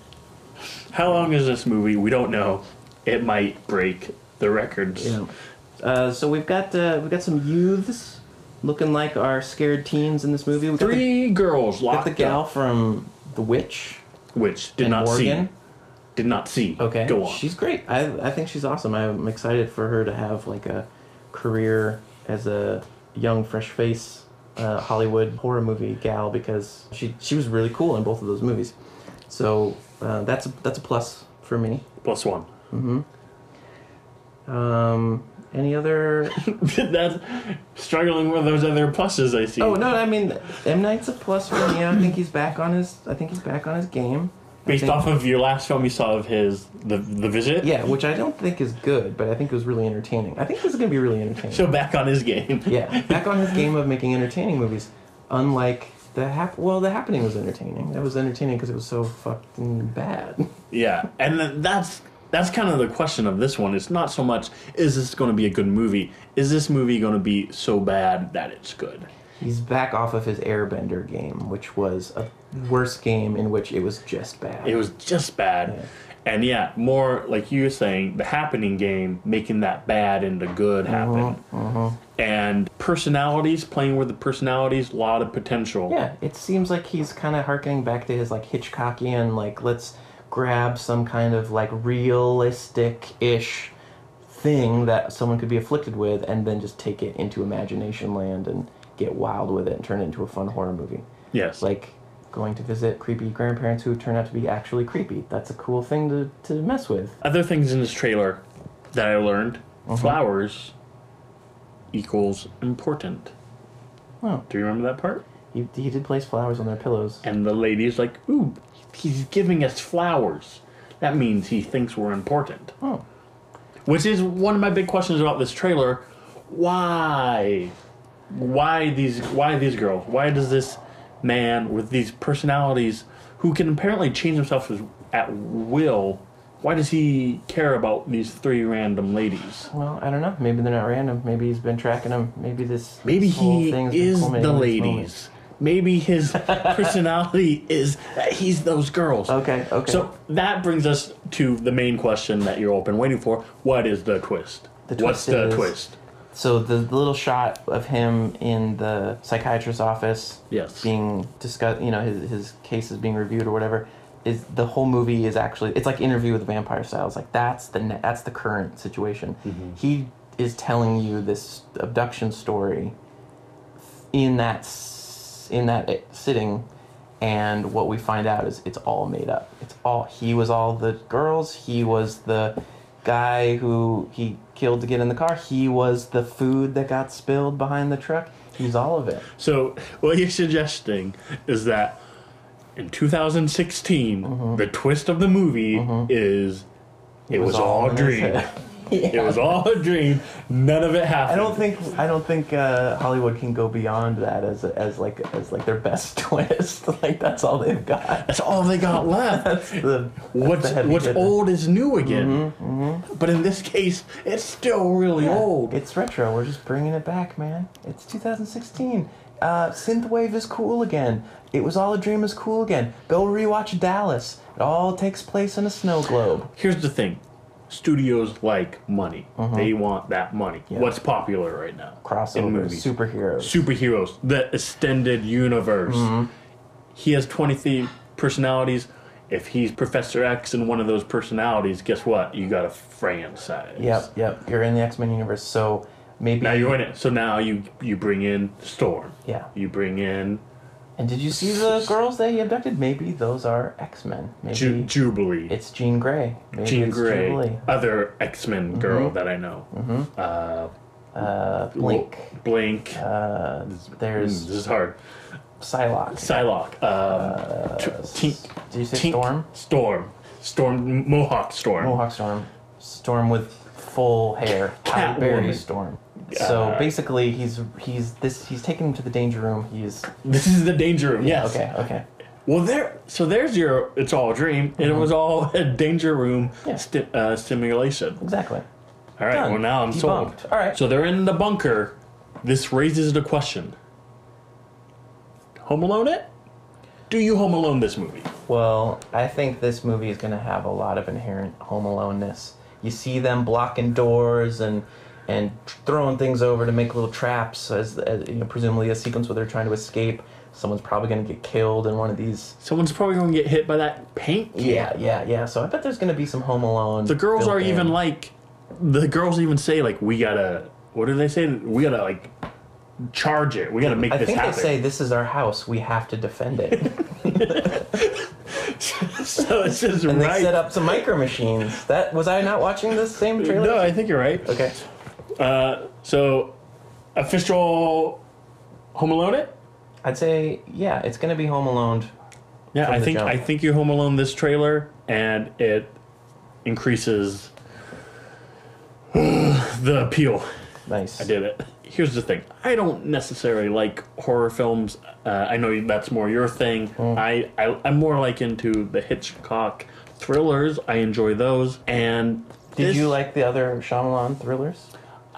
Speaker 2: how long is this movie we don't know it might break the records
Speaker 1: Uh, so we've got uh, we've got some youths looking like our scared teens in this movie. We got the,
Speaker 2: three girls
Speaker 1: got
Speaker 2: locked
Speaker 1: the gal
Speaker 2: up,
Speaker 1: from The Witch
Speaker 2: which did
Speaker 1: and
Speaker 2: not
Speaker 1: Morgan.
Speaker 2: see did not see
Speaker 1: Okay,
Speaker 2: go on
Speaker 1: she's great. I I think she's awesome. I'm excited for her to have like a career as a young fresh face uh, Hollywood horror movie gal because she she was really cool in both of those movies. So uh, that's a, that's a plus for me.
Speaker 2: plus one
Speaker 1: Um, any other?
Speaker 2: that's struggling with those other pluses i see
Speaker 1: oh no, I mean M Night's a plus for me. I think he's back on his. I think he's back on his game. I
Speaker 2: based
Speaker 1: think-
Speaker 2: off of your last film you saw of his the the visit
Speaker 1: Yeah, which I don't think is good, but I think it was really entertaining. I think this is gonna be really entertaining.
Speaker 2: So back on his game.
Speaker 1: yeah, back on his game of making entertaining movies. Unlike the hap- well, the happening was entertaining. That was entertaining because it was so fucking bad.
Speaker 2: Yeah. And th- that's that's kind of the question of this one. It's not so much is this going to be a good movie? Is this movie going to be so bad that it's good?
Speaker 1: He's back off of his Airbender game, which was a worse game in which it was just bad.
Speaker 2: It was just bad. And yeah, more like you were saying, the happening game, making that bad into good
Speaker 1: Uh-huh,
Speaker 2: happen. And personalities, playing with the personalities, a lot of potential.
Speaker 1: Yeah, it seems like he's kind of harkening back to his like Hitchcockian, like let's grab some kind of like realistic-ish thing that someone could be afflicted with, and then just take it into imagination land and get wild with it and turn it into a fun horror movie.
Speaker 2: Yes.
Speaker 1: Like going to visit creepy grandparents who turn out to be actually creepy. That's a cool thing to, to mess with.
Speaker 2: other things in this trailer that I learned
Speaker 1: Uh-huh.
Speaker 2: flowers equals important.
Speaker 1: Oh.
Speaker 2: Do you remember that part?
Speaker 1: He, he did place flowers on their pillows.
Speaker 2: And the lady's like, Ooh, he's giving us flowers. That means he thinks we're important.
Speaker 1: Oh.
Speaker 2: Which is one of my big questions about this trailer. Why? Why these why these girls? Why does this man with these personalities who can apparently change himself as- at will why does he care about these three random ladies?
Speaker 1: Well, I don't know. Maybe they're not random. Maybe he's been tracking them. Maybe this.
Speaker 2: Maybe
Speaker 1: this whole
Speaker 2: he
Speaker 1: thing's been
Speaker 2: is the
Speaker 1: culminating in this moment.
Speaker 2: ladies. Maybe his personality is that he's those girls.
Speaker 1: Okay, okay.
Speaker 2: So that brings us to the main question that you're all been waiting for. What is the twist?
Speaker 1: The twist
Speaker 2: What's the
Speaker 1: is-
Speaker 2: twist?
Speaker 1: So the, the little shot of him in the psychiatrist's office,
Speaker 2: Yes.
Speaker 1: being discussed, you know, his, his case is being reviewed or whatever, is the whole movie is actually it's like Interview with the Vampire Styles. Like that's the ne- that's the current situation. He is telling you this abduction story in that s- in that eh, sitting, and what we find out is it's all made up. It's all he was all the girls. He was the guy who he killed to get in the car. He was the food that got spilled behind the truck. He's all of it.
Speaker 2: So what you're suggesting is that in 2016, the twist of the movie is it,
Speaker 1: Mm-hmm. was
Speaker 2: was,
Speaker 1: all
Speaker 2: all a
Speaker 1: in
Speaker 2: dream.
Speaker 1: his
Speaker 2: It was all a dream. None of it
Speaker 1: I
Speaker 2: happened.
Speaker 1: don't think I don't think uh, Hollywood can go beyond that as as like as like their best twist. like that's all they've got.
Speaker 2: that's all they got left.
Speaker 1: That's the that's
Speaker 2: What's
Speaker 1: the heavy
Speaker 2: what's
Speaker 1: hitter. Mm-hmm,
Speaker 2: old is new again. But in this case, it's still really old.
Speaker 1: It's retro. We're just bringing it back, man. It's 2016. Uh, synthwave is cool again. It was all a dream is cool again. Go rewatch Dallas. It all takes place in a snow globe.
Speaker 2: Here's the thing. Studios like money. They want that money. What's popular right now? in
Speaker 1: Uh-huh. Crossover
Speaker 2: movies.
Speaker 1: superheroes.
Speaker 2: superheroes, the extended universe.
Speaker 1: Mm-hmm.
Speaker 2: He has 23 personalities. If he's Professor X and one of those personalities, guess what? You got a franchise.
Speaker 1: Yep, yep. You're in the X Men universe, so maybe.
Speaker 2: Now you're in it. So now you you bring in Storm.
Speaker 1: Yeah.
Speaker 2: You bring in
Speaker 1: And did you see the girls that he abducted? Maybe those are X Men. Maybe
Speaker 2: Ju- Jubilee.
Speaker 1: it's Jean Grey. Maybe
Speaker 2: Jean
Speaker 1: it's
Speaker 2: Grey,
Speaker 1: Jubilee. Mm-hmm.
Speaker 2: other X Men girl that I know.
Speaker 1: Uh, Blink. Uh,
Speaker 2: Blink. Mm,
Speaker 1: There's
Speaker 2: this is hard.
Speaker 1: Psylocke.
Speaker 2: Psylocke. Um, t- Tink-
Speaker 1: Did you say
Speaker 2: Tink-
Speaker 1: Storm?
Speaker 2: Storm. Storm. Mohawk Storm.
Speaker 1: Mohawk Storm. Storm with full hair. Halle Berry
Speaker 2: Catwoman.
Speaker 1: Storm. So basically, he's he's this he's taking him to the danger room. He's
Speaker 2: This is the danger room. Yes.
Speaker 1: okay, okay.
Speaker 2: Well, there. So there's your. It's all a dream, and it was all a danger room
Speaker 1: Yeah.
Speaker 2: sti- uh, simulation.
Speaker 1: Exactly.
Speaker 2: All right.
Speaker 1: Done.
Speaker 2: Well, now I'm sold.
Speaker 1: Debunked. All right.
Speaker 2: So they're in the bunker. This raises the question: Home Alone it? Do you Home Alone this movie?
Speaker 1: Well, I think this movie is going to have a lot of inherent home aloneness. You see them blocking doors and and throwing things over to make little traps as, as you know, presumably a sequence where they're trying to escape. Someone's probably going to get killed in one of these.
Speaker 2: Someone's probably going to get hit by that paint. can.
Speaker 1: Yeah, yeah, yeah. So I bet there's going to be some home alone.
Speaker 2: The girls
Speaker 1: built
Speaker 2: are
Speaker 1: in.
Speaker 2: even like. The girls even say like, "We gotta." What do they say? We gotta like charge it. We gotta make
Speaker 1: I
Speaker 2: this
Speaker 1: think
Speaker 2: happen.
Speaker 1: they say this is our house. We have to defend it.
Speaker 2: so it's just
Speaker 1: And
Speaker 2: right.
Speaker 1: they set up some micro machines. That was I not watching this same trailer?
Speaker 2: no, I think you're right.
Speaker 1: Okay.
Speaker 2: So, official Home Alone it?
Speaker 1: I'd say yeah, it's gonna be Home Alone.
Speaker 2: Yeah, I
Speaker 1: the
Speaker 2: think
Speaker 1: jump.
Speaker 2: I think you're Home Alone this trailer, and it increases the appeal.
Speaker 1: Nice.
Speaker 2: I did it. Here's the thing: I don't necessarily like horror films. Uh, I know that's more your thing.
Speaker 1: Oh.
Speaker 2: I, I I'm more like into the Hitchcock thrillers. I enjoy those. And
Speaker 1: Did
Speaker 2: this-
Speaker 1: you like the other Shyamalan thrillers?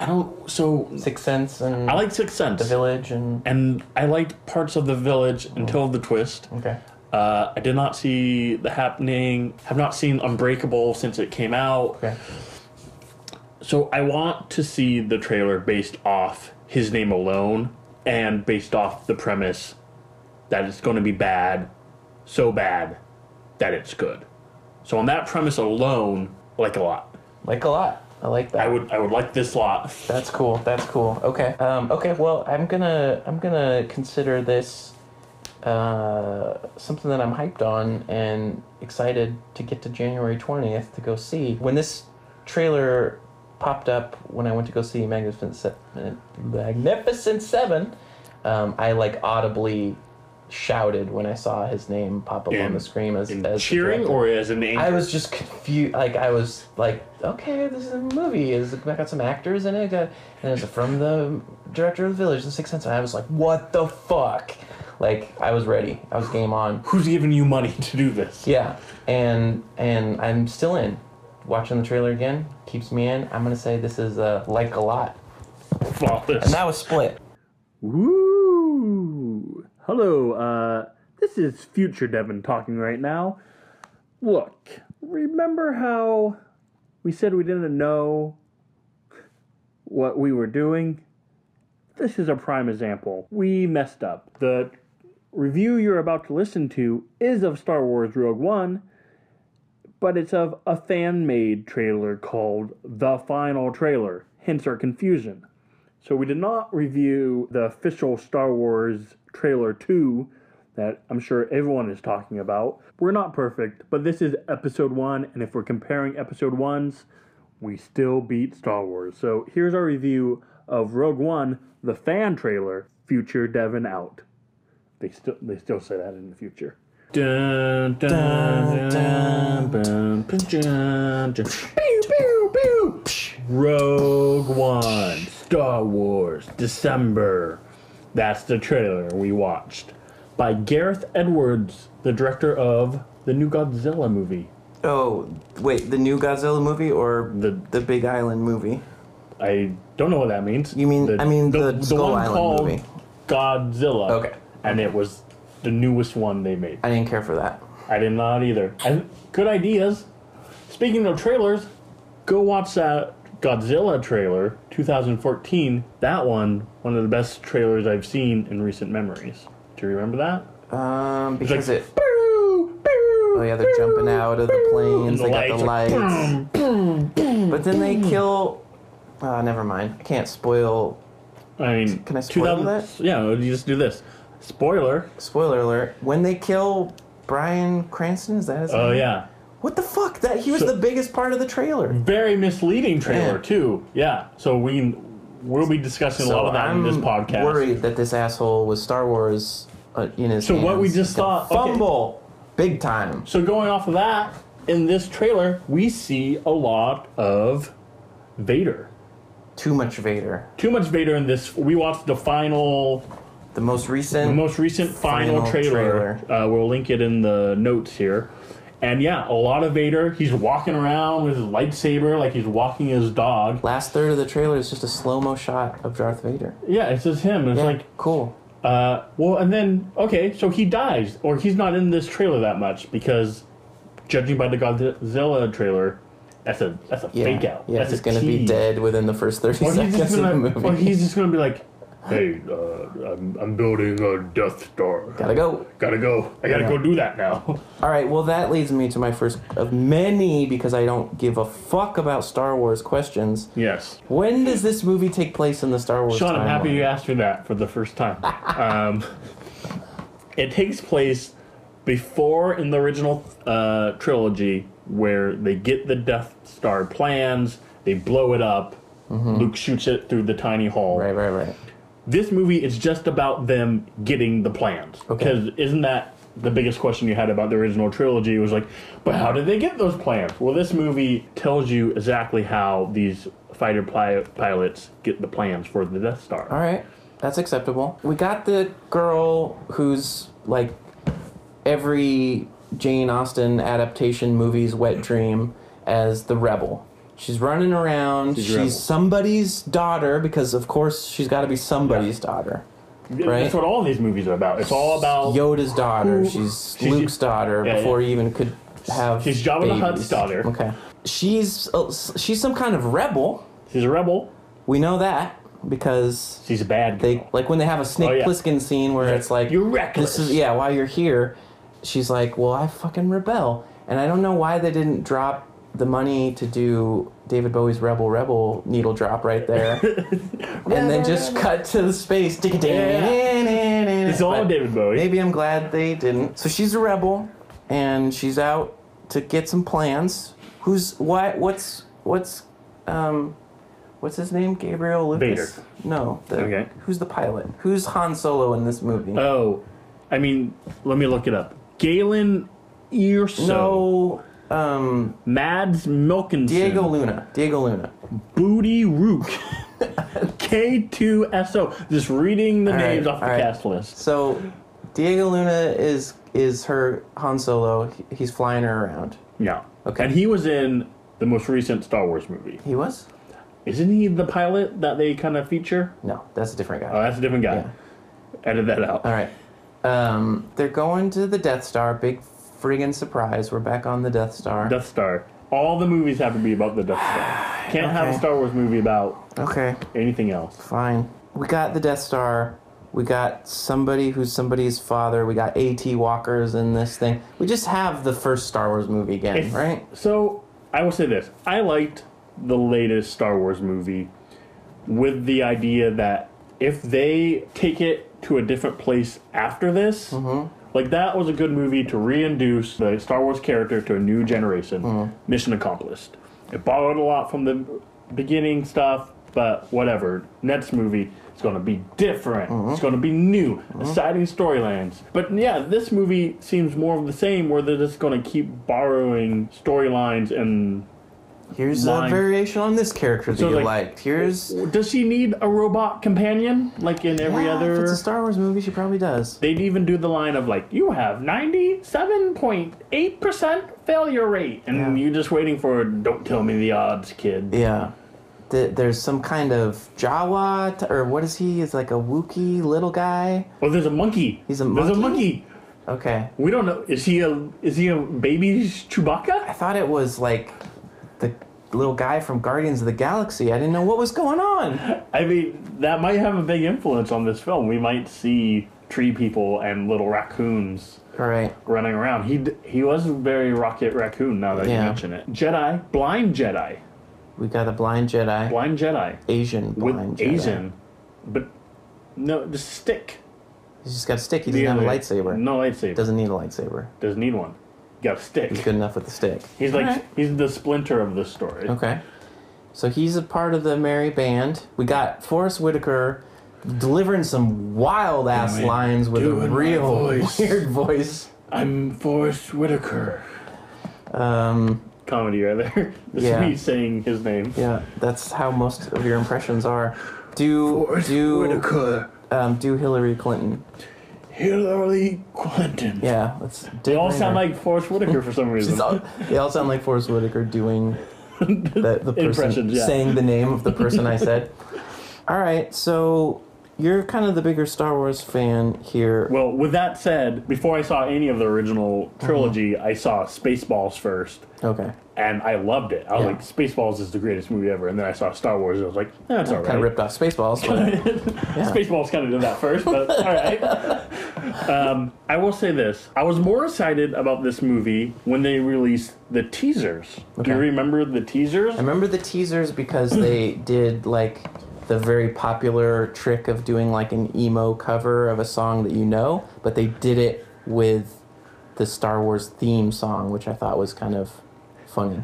Speaker 2: I don't. So
Speaker 1: Sixth Sense and
Speaker 2: I like Sixth Sense,
Speaker 1: Village and Oh.
Speaker 2: and I liked parts of The Village until the twist.
Speaker 1: okay.
Speaker 2: Uh, I did not see The Happening. Have not seen Unbreakable since it came out.
Speaker 1: Okay.
Speaker 2: So I want to see the trailer based off his name alone and based off the premise that it's going to be bad, so bad that it's good. So on that premise alone, I like a lot.
Speaker 1: Like a lot. I like that.
Speaker 2: I would I would like this lot.
Speaker 1: That's cool. That's cool. Okay. Um, okay. Well, I'm gonna I'm gonna consider this uh, something that I'm hyped on and excited to get to January twentieth to go see. When this trailer popped up when I went to go see Magnificent Se- Magnificent Seven, um, I like audibly shouted when I saw his name pop up on
Speaker 2: In-
Speaker 1: the screen as,
Speaker 2: In
Speaker 1: as the
Speaker 2: cheering
Speaker 1: director.
Speaker 2: or as an angry?
Speaker 1: I was just confused. Like I was like, okay, this is a movie. Is it got some actors in it? Got, and it's from the director of the Village, The Sixth Sense. And I was like, what the fuck? Like I was ready. I was game on.
Speaker 2: Who's giving you money to do this?
Speaker 1: Yeah, and and I'm still in. Watching the trailer again keeps me in. I'm gonna say this is uh, like a lot.
Speaker 2: Flawless.
Speaker 1: And that was split.
Speaker 2: Woo! Hello, uh, this is future Devin talking right now. Look, remember how we said we didn't know what we were doing? This is a prime example. We messed up. The review you're about to listen to is of Star Wars Rogue One, but it's of a fan made trailer called The Final Trailer, hence our confusion. So we did not review the official Star Wars trailer 2 that I'm sure everyone is talking about. We're not perfect, but this is episode 1 and if we're comparing episode 1s, we still beat Star Wars. So here's our review of Rogue One, the fan trailer, future Devin out. They still they still say that in the future. Dun, dun, dun, dun, dun, dun. Pew, pew, pew. Rogue One, Star Wars, December. That's the trailer we watched by Gareth Edwards, the director of the new Godzilla movie.
Speaker 1: Oh wait, the new Godzilla movie or
Speaker 2: The-
Speaker 1: the Big Island movie?
Speaker 2: I don't know what that means.
Speaker 1: You mean- I mean the Skull Island
Speaker 2: called
Speaker 1: movie.
Speaker 2: Godzilla.
Speaker 1: Okay.
Speaker 2: And it was the newest one they made.
Speaker 1: I didn't care for that.
Speaker 2: I did not either. I, good ideas. Speaking of trailers, go watch that Godzilla trailer, 2014. That one, one of the best trailers I've seen in recent memories. Do you remember that?
Speaker 1: Um, because
Speaker 2: like,
Speaker 1: it. Oh yeah, they're jumping out of the planes. they got the lights. but then they kill. Uh, never mind. I can't spoil.
Speaker 2: I mean,
Speaker 1: Can I spoil
Speaker 2: 2000
Speaker 1: that?
Speaker 2: Yeah, you just do this. Spoiler.
Speaker 1: Spoiler alert. When they kill Brian Cranston, is that his
Speaker 2: Oh
Speaker 1: name?
Speaker 2: yeah,
Speaker 1: What the fuck? That he was
Speaker 2: So-
Speaker 1: the biggest part of the trailer.
Speaker 2: very misleading trailer
Speaker 1: Yeah.
Speaker 2: too. Yeah, so we we'll be discussing a lot of that
Speaker 1: I'm
Speaker 2: in this podcast.
Speaker 1: worried that this asshole with Star Wars uh, in his
Speaker 2: So what
Speaker 1: hands
Speaker 2: we just
Speaker 1: is gonna
Speaker 2: saw- okay.
Speaker 1: Fumble. Big time.
Speaker 2: So going off of that, in this trailer, we see a lot of Vader.
Speaker 1: Too much Vader.
Speaker 2: Too much Vader in this. We watched the final,
Speaker 1: The most recent.
Speaker 2: the most recent final,
Speaker 1: Final
Speaker 2: trailer. Uh, we'll link it in the notes here. And yeah, a lot of Vader. He's walking around with his lightsaber like he's walking his dog.
Speaker 1: last third of the trailer is just a slow mo shot of Darth Vader.
Speaker 2: Yeah, it's just him. It's
Speaker 1: Yeah,
Speaker 2: like
Speaker 1: cool.
Speaker 2: Uh, well, and then okay, so he dies, or he's not in this trailer that much because, judging by the Godzilla trailer, that's a that's a
Speaker 1: Yeah,
Speaker 2: fake out.
Speaker 1: Yeah,
Speaker 2: that's
Speaker 1: he's
Speaker 2: a
Speaker 1: gonna be
Speaker 2: tease.
Speaker 1: dead within the first thirty
Speaker 2: Or he's
Speaker 1: seconds
Speaker 2: just
Speaker 1: of the
Speaker 2: gonna,
Speaker 1: movie.
Speaker 2: or he's just gonna be like, hey, uh, I'm I'm building a Death Star.
Speaker 1: Gotta go.
Speaker 2: Gotta go. I gotta
Speaker 1: Yeah.
Speaker 2: go do that now.
Speaker 1: All right. Well, that leads me to my first of many because I don't give a fuck about Star Wars questions.
Speaker 2: yes.
Speaker 1: When does this movie take place in the Star Wars?
Speaker 2: Sean, I'm happy
Speaker 1: timeline?
Speaker 2: you asked me that for the first time. um, it takes place before in the original uh, trilogy, where they get the Death Star plans, they blow it up. Luke shoots it through the tiny hole.
Speaker 1: Right, right, right.
Speaker 2: This movie is just about them getting the plans.
Speaker 1: Okay.
Speaker 2: Because isn't that the biggest question you had about the original trilogy? It was like, but how did they get those plans? Well, this movie tells you exactly how these fighter pli- pilots get the plans for the Death Star.
Speaker 1: All right, that's acceptable. We got the girl who's like every Jane Austen adaptation movie's wet dream as the rebel. She's running around. She's,
Speaker 2: rebel.
Speaker 1: somebody's daughter because, of course, she's got to be somebody's daughter. Right.
Speaker 2: That's what all these movies are about. It's all about
Speaker 1: Yoda's daughter.
Speaker 2: Who-
Speaker 1: She's
Speaker 2: She's-
Speaker 1: Luke's daughter
Speaker 2: yeah,
Speaker 1: before
Speaker 2: yeah.
Speaker 1: he even could have.
Speaker 2: She's Jabba the Hutt's
Speaker 1: babies.
Speaker 2: daughter.
Speaker 1: Okay. She's uh, she's some kind of rebel.
Speaker 2: she's a rebel.
Speaker 1: We know that because
Speaker 2: She's a bad girl.
Speaker 1: they like when they have a Snake
Speaker 2: Oh, yeah.
Speaker 1: Plissken scene where it's like
Speaker 2: You're reckless.
Speaker 1: This is yeah. While you're here, she's like, "Well, I fucking rebel," and I don't know why they didn't drop the money to do David Bowie's "Rebel Rebel" needle drop right there, and then just cut to the space. It's
Speaker 2: It's all David Bowie.
Speaker 1: Maybe I'm glad they didn't. So she's a rebel, and she's out to get some plans. Who's why? What's what's um, what's his name? Gabriel Lucas.
Speaker 2: Vader.
Speaker 1: No. The,
Speaker 2: Okay.
Speaker 1: Who's the pilot? Who's Han Solo in this movie?
Speaker 2: Oh, I mean, let me look it up. Galen Earso,
Speaker 1: no. Um,
Speaker 2: Mads Milkinson,
Speaker 1: Diego Luna. Diego Luna.
Speaker 2: Booty Rook, K2SO. Just reading the
Speaker 1: All right,
Speaker 2: names off the
Speaker 1: all right.
Speaker 2: cast list.
Speaker 1: So Diego Luna is is her Han Solo. He- He's flying her around.
Speaker 2: Yeah.
Speaker 1: Okay.
Speaker 2: And he was in the most recent Star Wars movie.
Speaker 1: He was?
Speaker 2: Isn't he the pilot that they kind of feature?
Speaker 1: No, that's a different guy.
Speaker 2: Oh, that's a different guy.
Speaker 1: Yeah.
Speaker 2: Edit that out.
Speaker 1: All right. Um, they're going to the Death Star. Big friggin' surprise. We're back on the Death Star.
Speaker 2: Death Star. All the movies have to be about the Death Star. Can't have a
Speaker 1: Okay.
Speaker 2: Star Wars movie about
Speaker 1: okay,
Speaker 2: anything else.
Speaker 1: fine. We got the Death Star. We got somebody who's somebody's father. We got AT walkers in this thing. We just have the first Star Wars movie again,
Speaker 2: It's-
Speaker 1: right?
Speaker 2: So I will say this: I liked the latest Star Wars movie with the idea that if they take it to a different place after this, like that was a good movie to reintroduce the Star Wars character to a new generation.
Speaker 1: Uh-huh.
Speaker 2: Mission accomplished. It borrowed a lot from the beginning stuff, but whatever. Next movie. It's gonna be different.
Speaker 1: Uh-huh.
Speaker 2: It's gonna be new, exciting storylines. But yeah, this movie seems more of the same, where they're just gonna keep borrowing storylines and
Speaker 1: Here's
Speaker 2: Line-
Speaker 1: a variation on this character that
Speaker 2: So,
Speaker 1: you
Speaker 2: like-
Speaker 1: liked. Here's
Speaker 2: Does she need a robot companion like in every
Speaker 1: Yeah, If
Speaker 2: other?
Speaker 1: it's a Star Wars movie, she probably does.
Speaker 2: They'd even do the line of like, "You have ninety-seven point eight percent failure rate," and
Speaker 1: Yeah.
Speaker 2: you're just waiting for, "Don't tell me the odds, kid."
Speaker 1: Yeah. Th- There's some kind of Jawa, t- or what is he? Is like a Wookiee little guy.
Speaker 2: Oh, there's a monkey.
Speaker 1: He's a
Speaker 2: There's a
Speaker 1: monkey?
Speaker 2: monkey.
Speaker 1: Okay.
Speaker 2: We don't know. Is he a? Is he a baby Chewbacca?
Speaker 1: I thought it was like the little guy from Guardians of the Galaxy. I didn't know what was going on.
Speaker 2: I mean, that might have a big influence on this film. We might see tree people and little raccoons
Speaker 1: All right.
Speaker 2: running around. He d- he was very Rocket Raccoon. Now that you
Speaker 1: Yeah.
Speaker 2: mention it, Jedi, blind Jedi,
Speaker 1: We got a blind Jedi,
Speaker 2: blind Jedi.
Speaker 1: Asian
Speaker 2: with
Speaker 1: blind Jedi.
Speaker 2: Asian, but no, the stick.
Speaker 1: He's just got a stick. He
Speaker 2: The
Speaker 1: doesn't have a
Speaker 2: other-
Speaker 1: lightsaber.
Speaker 2: No lightsaber.
Speaker 1: Doesn't
Speaker 2: Doesn't
Speaker 1: need a lightsaber.
Speaker 2: doesn't need one. Got a stick.
Speaker 1: He's good enough with the stick.
Speaker 2: He's like
Speaker 1: Alright.
Speaker 2: he's the splinter of this story.
Speaker 1: Okay. So he's a part of the merry band. We got Forrest Whitaker delivering some wild ass
Speaker 2: Doing-
Speaker 1: lines with a
Speaker 2: doing my
Speaker 1: real
Speaker 2: voice.
Speaker 1: weird voice.
Speaker 2: I'm Forrest Whitaker.
Speaker 1: Um,
Speaker 2: Comedy right there. this
Speaker 1: Yeah.
Speaker 2: is me saying his name.
Speaker 1: yeah, that's how most of your impressions are. Do do um, do Hillary Clinton?
Speaker 2: Hillary Clinton.
Speaker 1: Yeah, let's.
Speaker 2: They all sound like Forrest Whitaker for some reason.
Speaker 1: they all sound like Forrest Whitaker doing the, the person
Speaker 2: Impressions, yeah.
Speaker 1: saying the name of the person I said. All right, so you're kind of the bigger Star Wars fan here.
Speaker 2: Well, with that said, before I saw any of the original
Speaker 1: Uh-huh.
Speaker 2: trilogy, I saw Spaceballs first.
Speaker 1: okay.
Speaker 2: and I loved it. I was
Speaker 1: Yeah.
Speaker 2: like, Spaceballs is the greatest movie ever. And then I saw Star Wars, and I was like, that's all
Speaker 1: Kind
Speaker 2: right.
Speaker 1: of ripped off Spaceballs. But yeah.
Speaker 2: Spaceballs kind of did that first, but all right. Um, I will say this: I was more excited about this movie when they released the teasers. Do you
Speaker 1: Okay.
Speaker 2: remember the teasers?
Speaker 1: I remember the teasers because they did like the very popular trick of doing like an emo cover of a song that you know, but they did it with the Star Wars theme song, which I thought was kind of funny.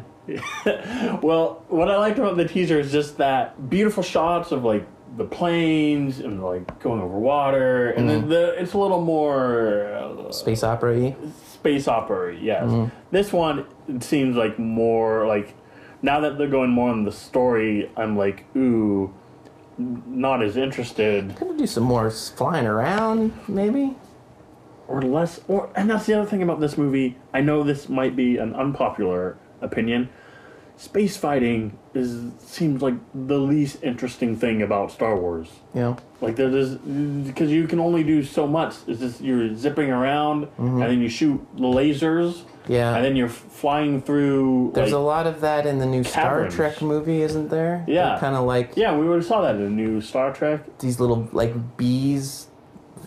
Speaker 2: Well, what I liked about the teaser is just that beautiful shots of like the planes and like going over water, and
Speaker 1: Mm-hmm.
Speaker 2: then the, it's a little more uh,
Speaker 1: Space opera y.
Speaker 2: space opera. Yes,
Speaker 1: Mm-hmm.
Speaker 2: this one it seems like more like now that they're going more on the story. I'm like, ooh, n- not as interested,
Speaker 1: Gonna do some more s- flying around, maybe?
Speaker 2: or less. Or and that's the other thing about this movie. I know this might be an unpopular opinion. space fighting is seems like the least interesting thing about Star Wars.
Speaker 1: You know,
Speaker 2: Like there is because you can only do so much. It's just you're zipping around and then you shoot lasers.
Speaker 1: Mm-hmm. Yeah.
Speaker 2: And then you're f- flying through.
Speaker 1: there's a
Speaker 2: like-
Speaker 1: lot of that in the new
Speaker 2: caverns.
Speaker 1: Star Trek movie, isn't there?
Speaker 2: Yeah.
Speaker 1: kind of like
Speaker 2: yeah, we already saw that in the new Star Trek.
Speaker 1: these little like bees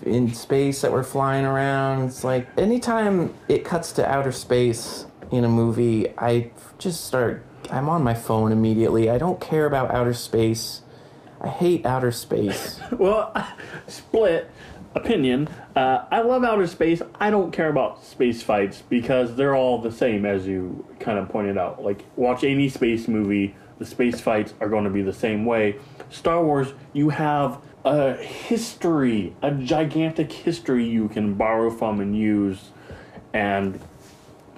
Speaker 1: in space that were flying around. It's like anytime it cuts to outer space in a movie, I just start. I'm on my phone immediately. I don't care about outer space. I hate outer space.
Speaker 2: Well, split opinion. Uh, I love outer space. I don't care about space fights because they're all the same, as you kind of pointed out. Like, watch any space movie, the space fights are going to be the same way. Star Wars, you have a history, a gigantic history you can borrow from and use, and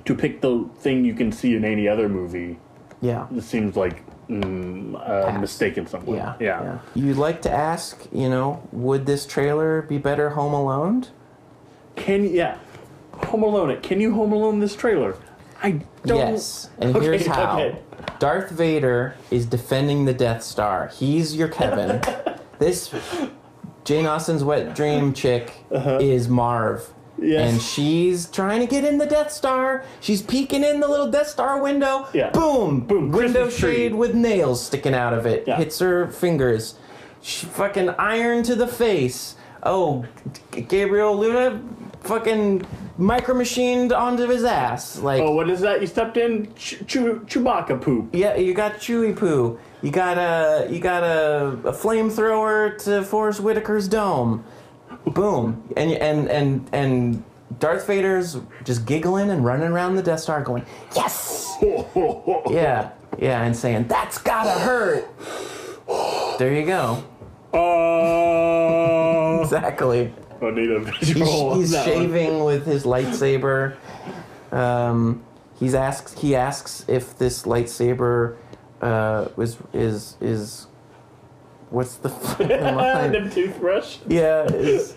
Speaker 2: to pick the thing you can see in any other movie
Speaker 1: yeah.
Speaker 2: it seems like mm, a
Speaker 1: Pass.
Speaker 2: mistake in some way.
Speaker 1: Yeah,
Speaker 2: yeah.
Speaker 1: You'd like to ask, you know, would this trailer be better Home Alone?
Speaker 2: Can yeah, Home Alone it. Can you Home Alone this trailer? I don't.
Speaker 1: Yes. And
Speaker 2: Okay,
Speaker 1: here's how
Speaker 2: okay.
Speaker 1: Darth Vader is defending the Death Star. He's your Kevin. this Jane Austen's wet dream chick is Marv.
Speaker 2: Uh-huh. Yes.
Speaker 1: And she's trying to get in the Death Star. She's peeking in the little Death Star window.
Speaker 2: Yeah.
Speaker 1: Boom.
Speaker 2: Boom,
Speaker 1: Window
Speaker 2: Christmas tree.
Speaker 1: shade with nails sticking out of it.
Speaker 2: Yeah.
Speaker 1: Hits her fingers. She fucking iron to the face. Oh, G- Gabriel Luna fucking micro machined onto his ass. Like
Speaker 2: Oh, what is that? You stepped in Ch- Chew- Chewbacca poop.
Speaker 1: yeah, you got Chewy Poo. You got a you got a, a flamethrower to Forrest Whitaker's dome. Boom. And and and and Darth Vader's just giggling and running around the Death Star going, "Yes!" yeah. Yeah, and saying, "That's got to hurt." There you go.
Speaker 2: Oh,
Speaker 1: Exactly.
Speaker 2: I need a
Speaker 1: He's,
Speaker 2: visual.
Speaker 1: he's
Speaker 2: on that one.
Speaker 1: shaving with his lightsaber. Um, he's asks he asks if this lightsaber uh, was is is what's the fucking
Speaker 2: Ah,
Speaker 1: line?
Speaker 2: them toothbrush.
Speaker 1: yeah is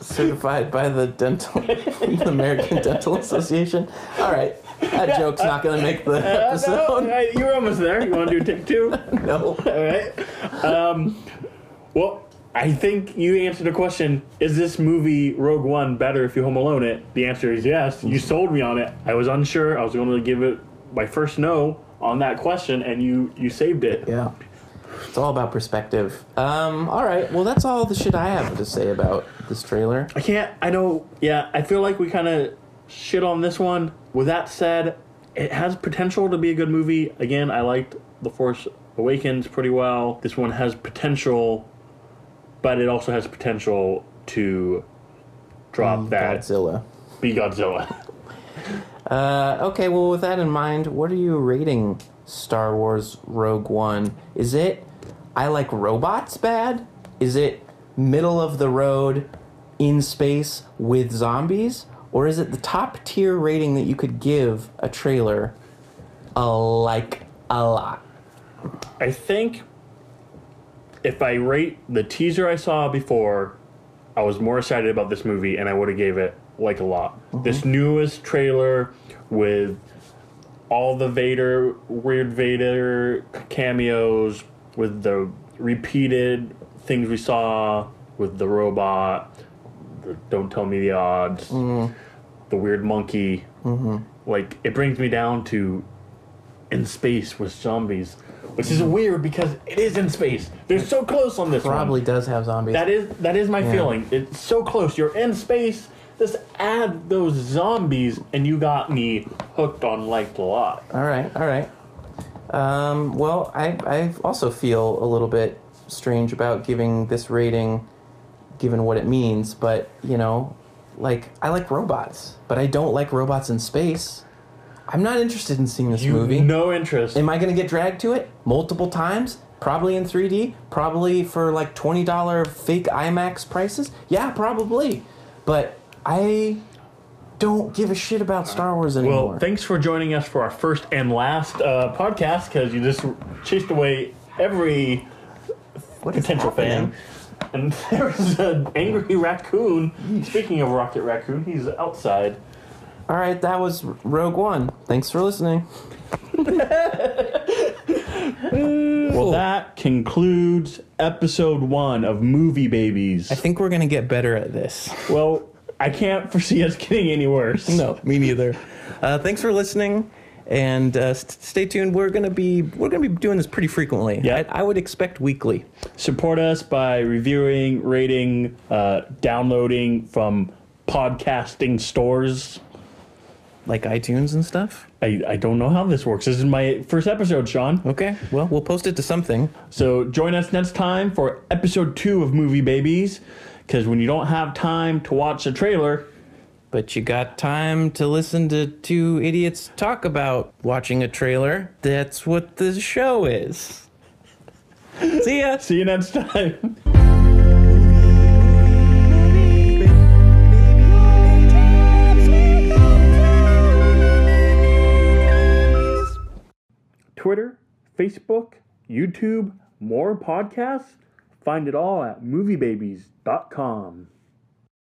Speaker 1: certified by the dental the American Dental Association. All right, that joke's not gonna make the
Speaker 2: Uh, no,
Speaker 1: episode.
Speaker 2: I- you were almost there. You want to do take two?
Speaker 1: No.
Speaker 2: All right. Um, well, I think you answered the question. Is this movie Rogue One better if you Home Alone it? The answer is yes. You sold me on it. I was unsure. I was going to give it my first no on that question, and you you saved it.
Speaker 1: Yeah. It's all about perspective. Um, all right. Well, that's all the shit I have to say about this trailer.
Speaker 2: I can't. I know. Yeah. I feel like we kind of shit on this one. With that said, it has potential to be a good movie. Again, I liked The Force Awakens pretty well. This one has potential, but it also has potential to drop that
Speaker 1: Godzilla.
Speaker 2: be Godzilla.
Speaker 1: Uh, okay, well, with that in mind, what are you rating Star Wars Rogue One? Is it I like robots bad? Is it middle of the road in space with zombies? Or is it the top tier rating that you could give a trailer a like a lot?
Speaker 2: I think if I rate the teaser I saw before, I was more excited about this movie and I would have gave it like a lot. This newest trailer with all the Vader weird Vader cameos with the repeated things we saw with the robot, the don't tell me the odds, the weird monkey. Like it brings me down to in space with zombies, which is weird because it is in space. They're so close on this one.
Speaker 1: Probably does have zombies.
Speaker 2: That is that is my feeling. It's so close. You're in space. Just add those zombies, and you got me hooked on like a lot.
Speaker 1: All right, all right. Um, well, I, I also feel a little bit strange about giving this rating, given what it means, but, you know, like, I like robots, but I don't like robots in space. I'm not interested in seeing this
Speaker 2: You
Speaker 1: movie.
Speaker 2: no interest.
Speaker 1: Am I going to get dragged to it multiple times? Probably in 3D, probably for like $20 fake IMAX prices? Yeah, probably. But I don't give a shit about Star Wars anymore.
Speaker 2: Well, thanks for joining us for our first and last uh, podcast because you just chased away every
Speaker 1: what is
Speaker 2: potential
Speaker 1: happening?
Speaker 2: fan. And there's an angry raccoon. Speaking of Rocket Raccoon, he's outside.
Speaker 1: All right, that was Rogue One. Thanks for listening.
Speaker 2: Well, that concludes episode one of Movie Babies.
Speaker 1: I think we're gonna get better at this.
Speaker 2: Well, I can't foresee us getting any worse.
Speaker 1: No, me neither. Uh, thanks for listening, and uh, st- stay tuned. We're gonna be we're gonna be doing this pretty frequently.
Speaker 2: Yeah.
Speaker 1: I, I would expect weekly.
Speaker 2: Support us by reviewing, rating, uh, downloading from podcasting stores.
Speaker 1: like iTunes and stuff.
Speaker 2: I, I don't know how this works. This is my first episode, Sean.
Speaker 1: Okay. Well, we'll post it to something.
Speaker 2: So join us next time for episode two of Movie Babies. Because when you don't have time to watch a trailer,
Speaker 1: But you got time to listen to two idiots talk about watching a trailer. That's what the show is. See ya.
Speaker 2: see you next time. Twitter, Facebook, YouTube, more podcasts. Find it all at moviebabies.com.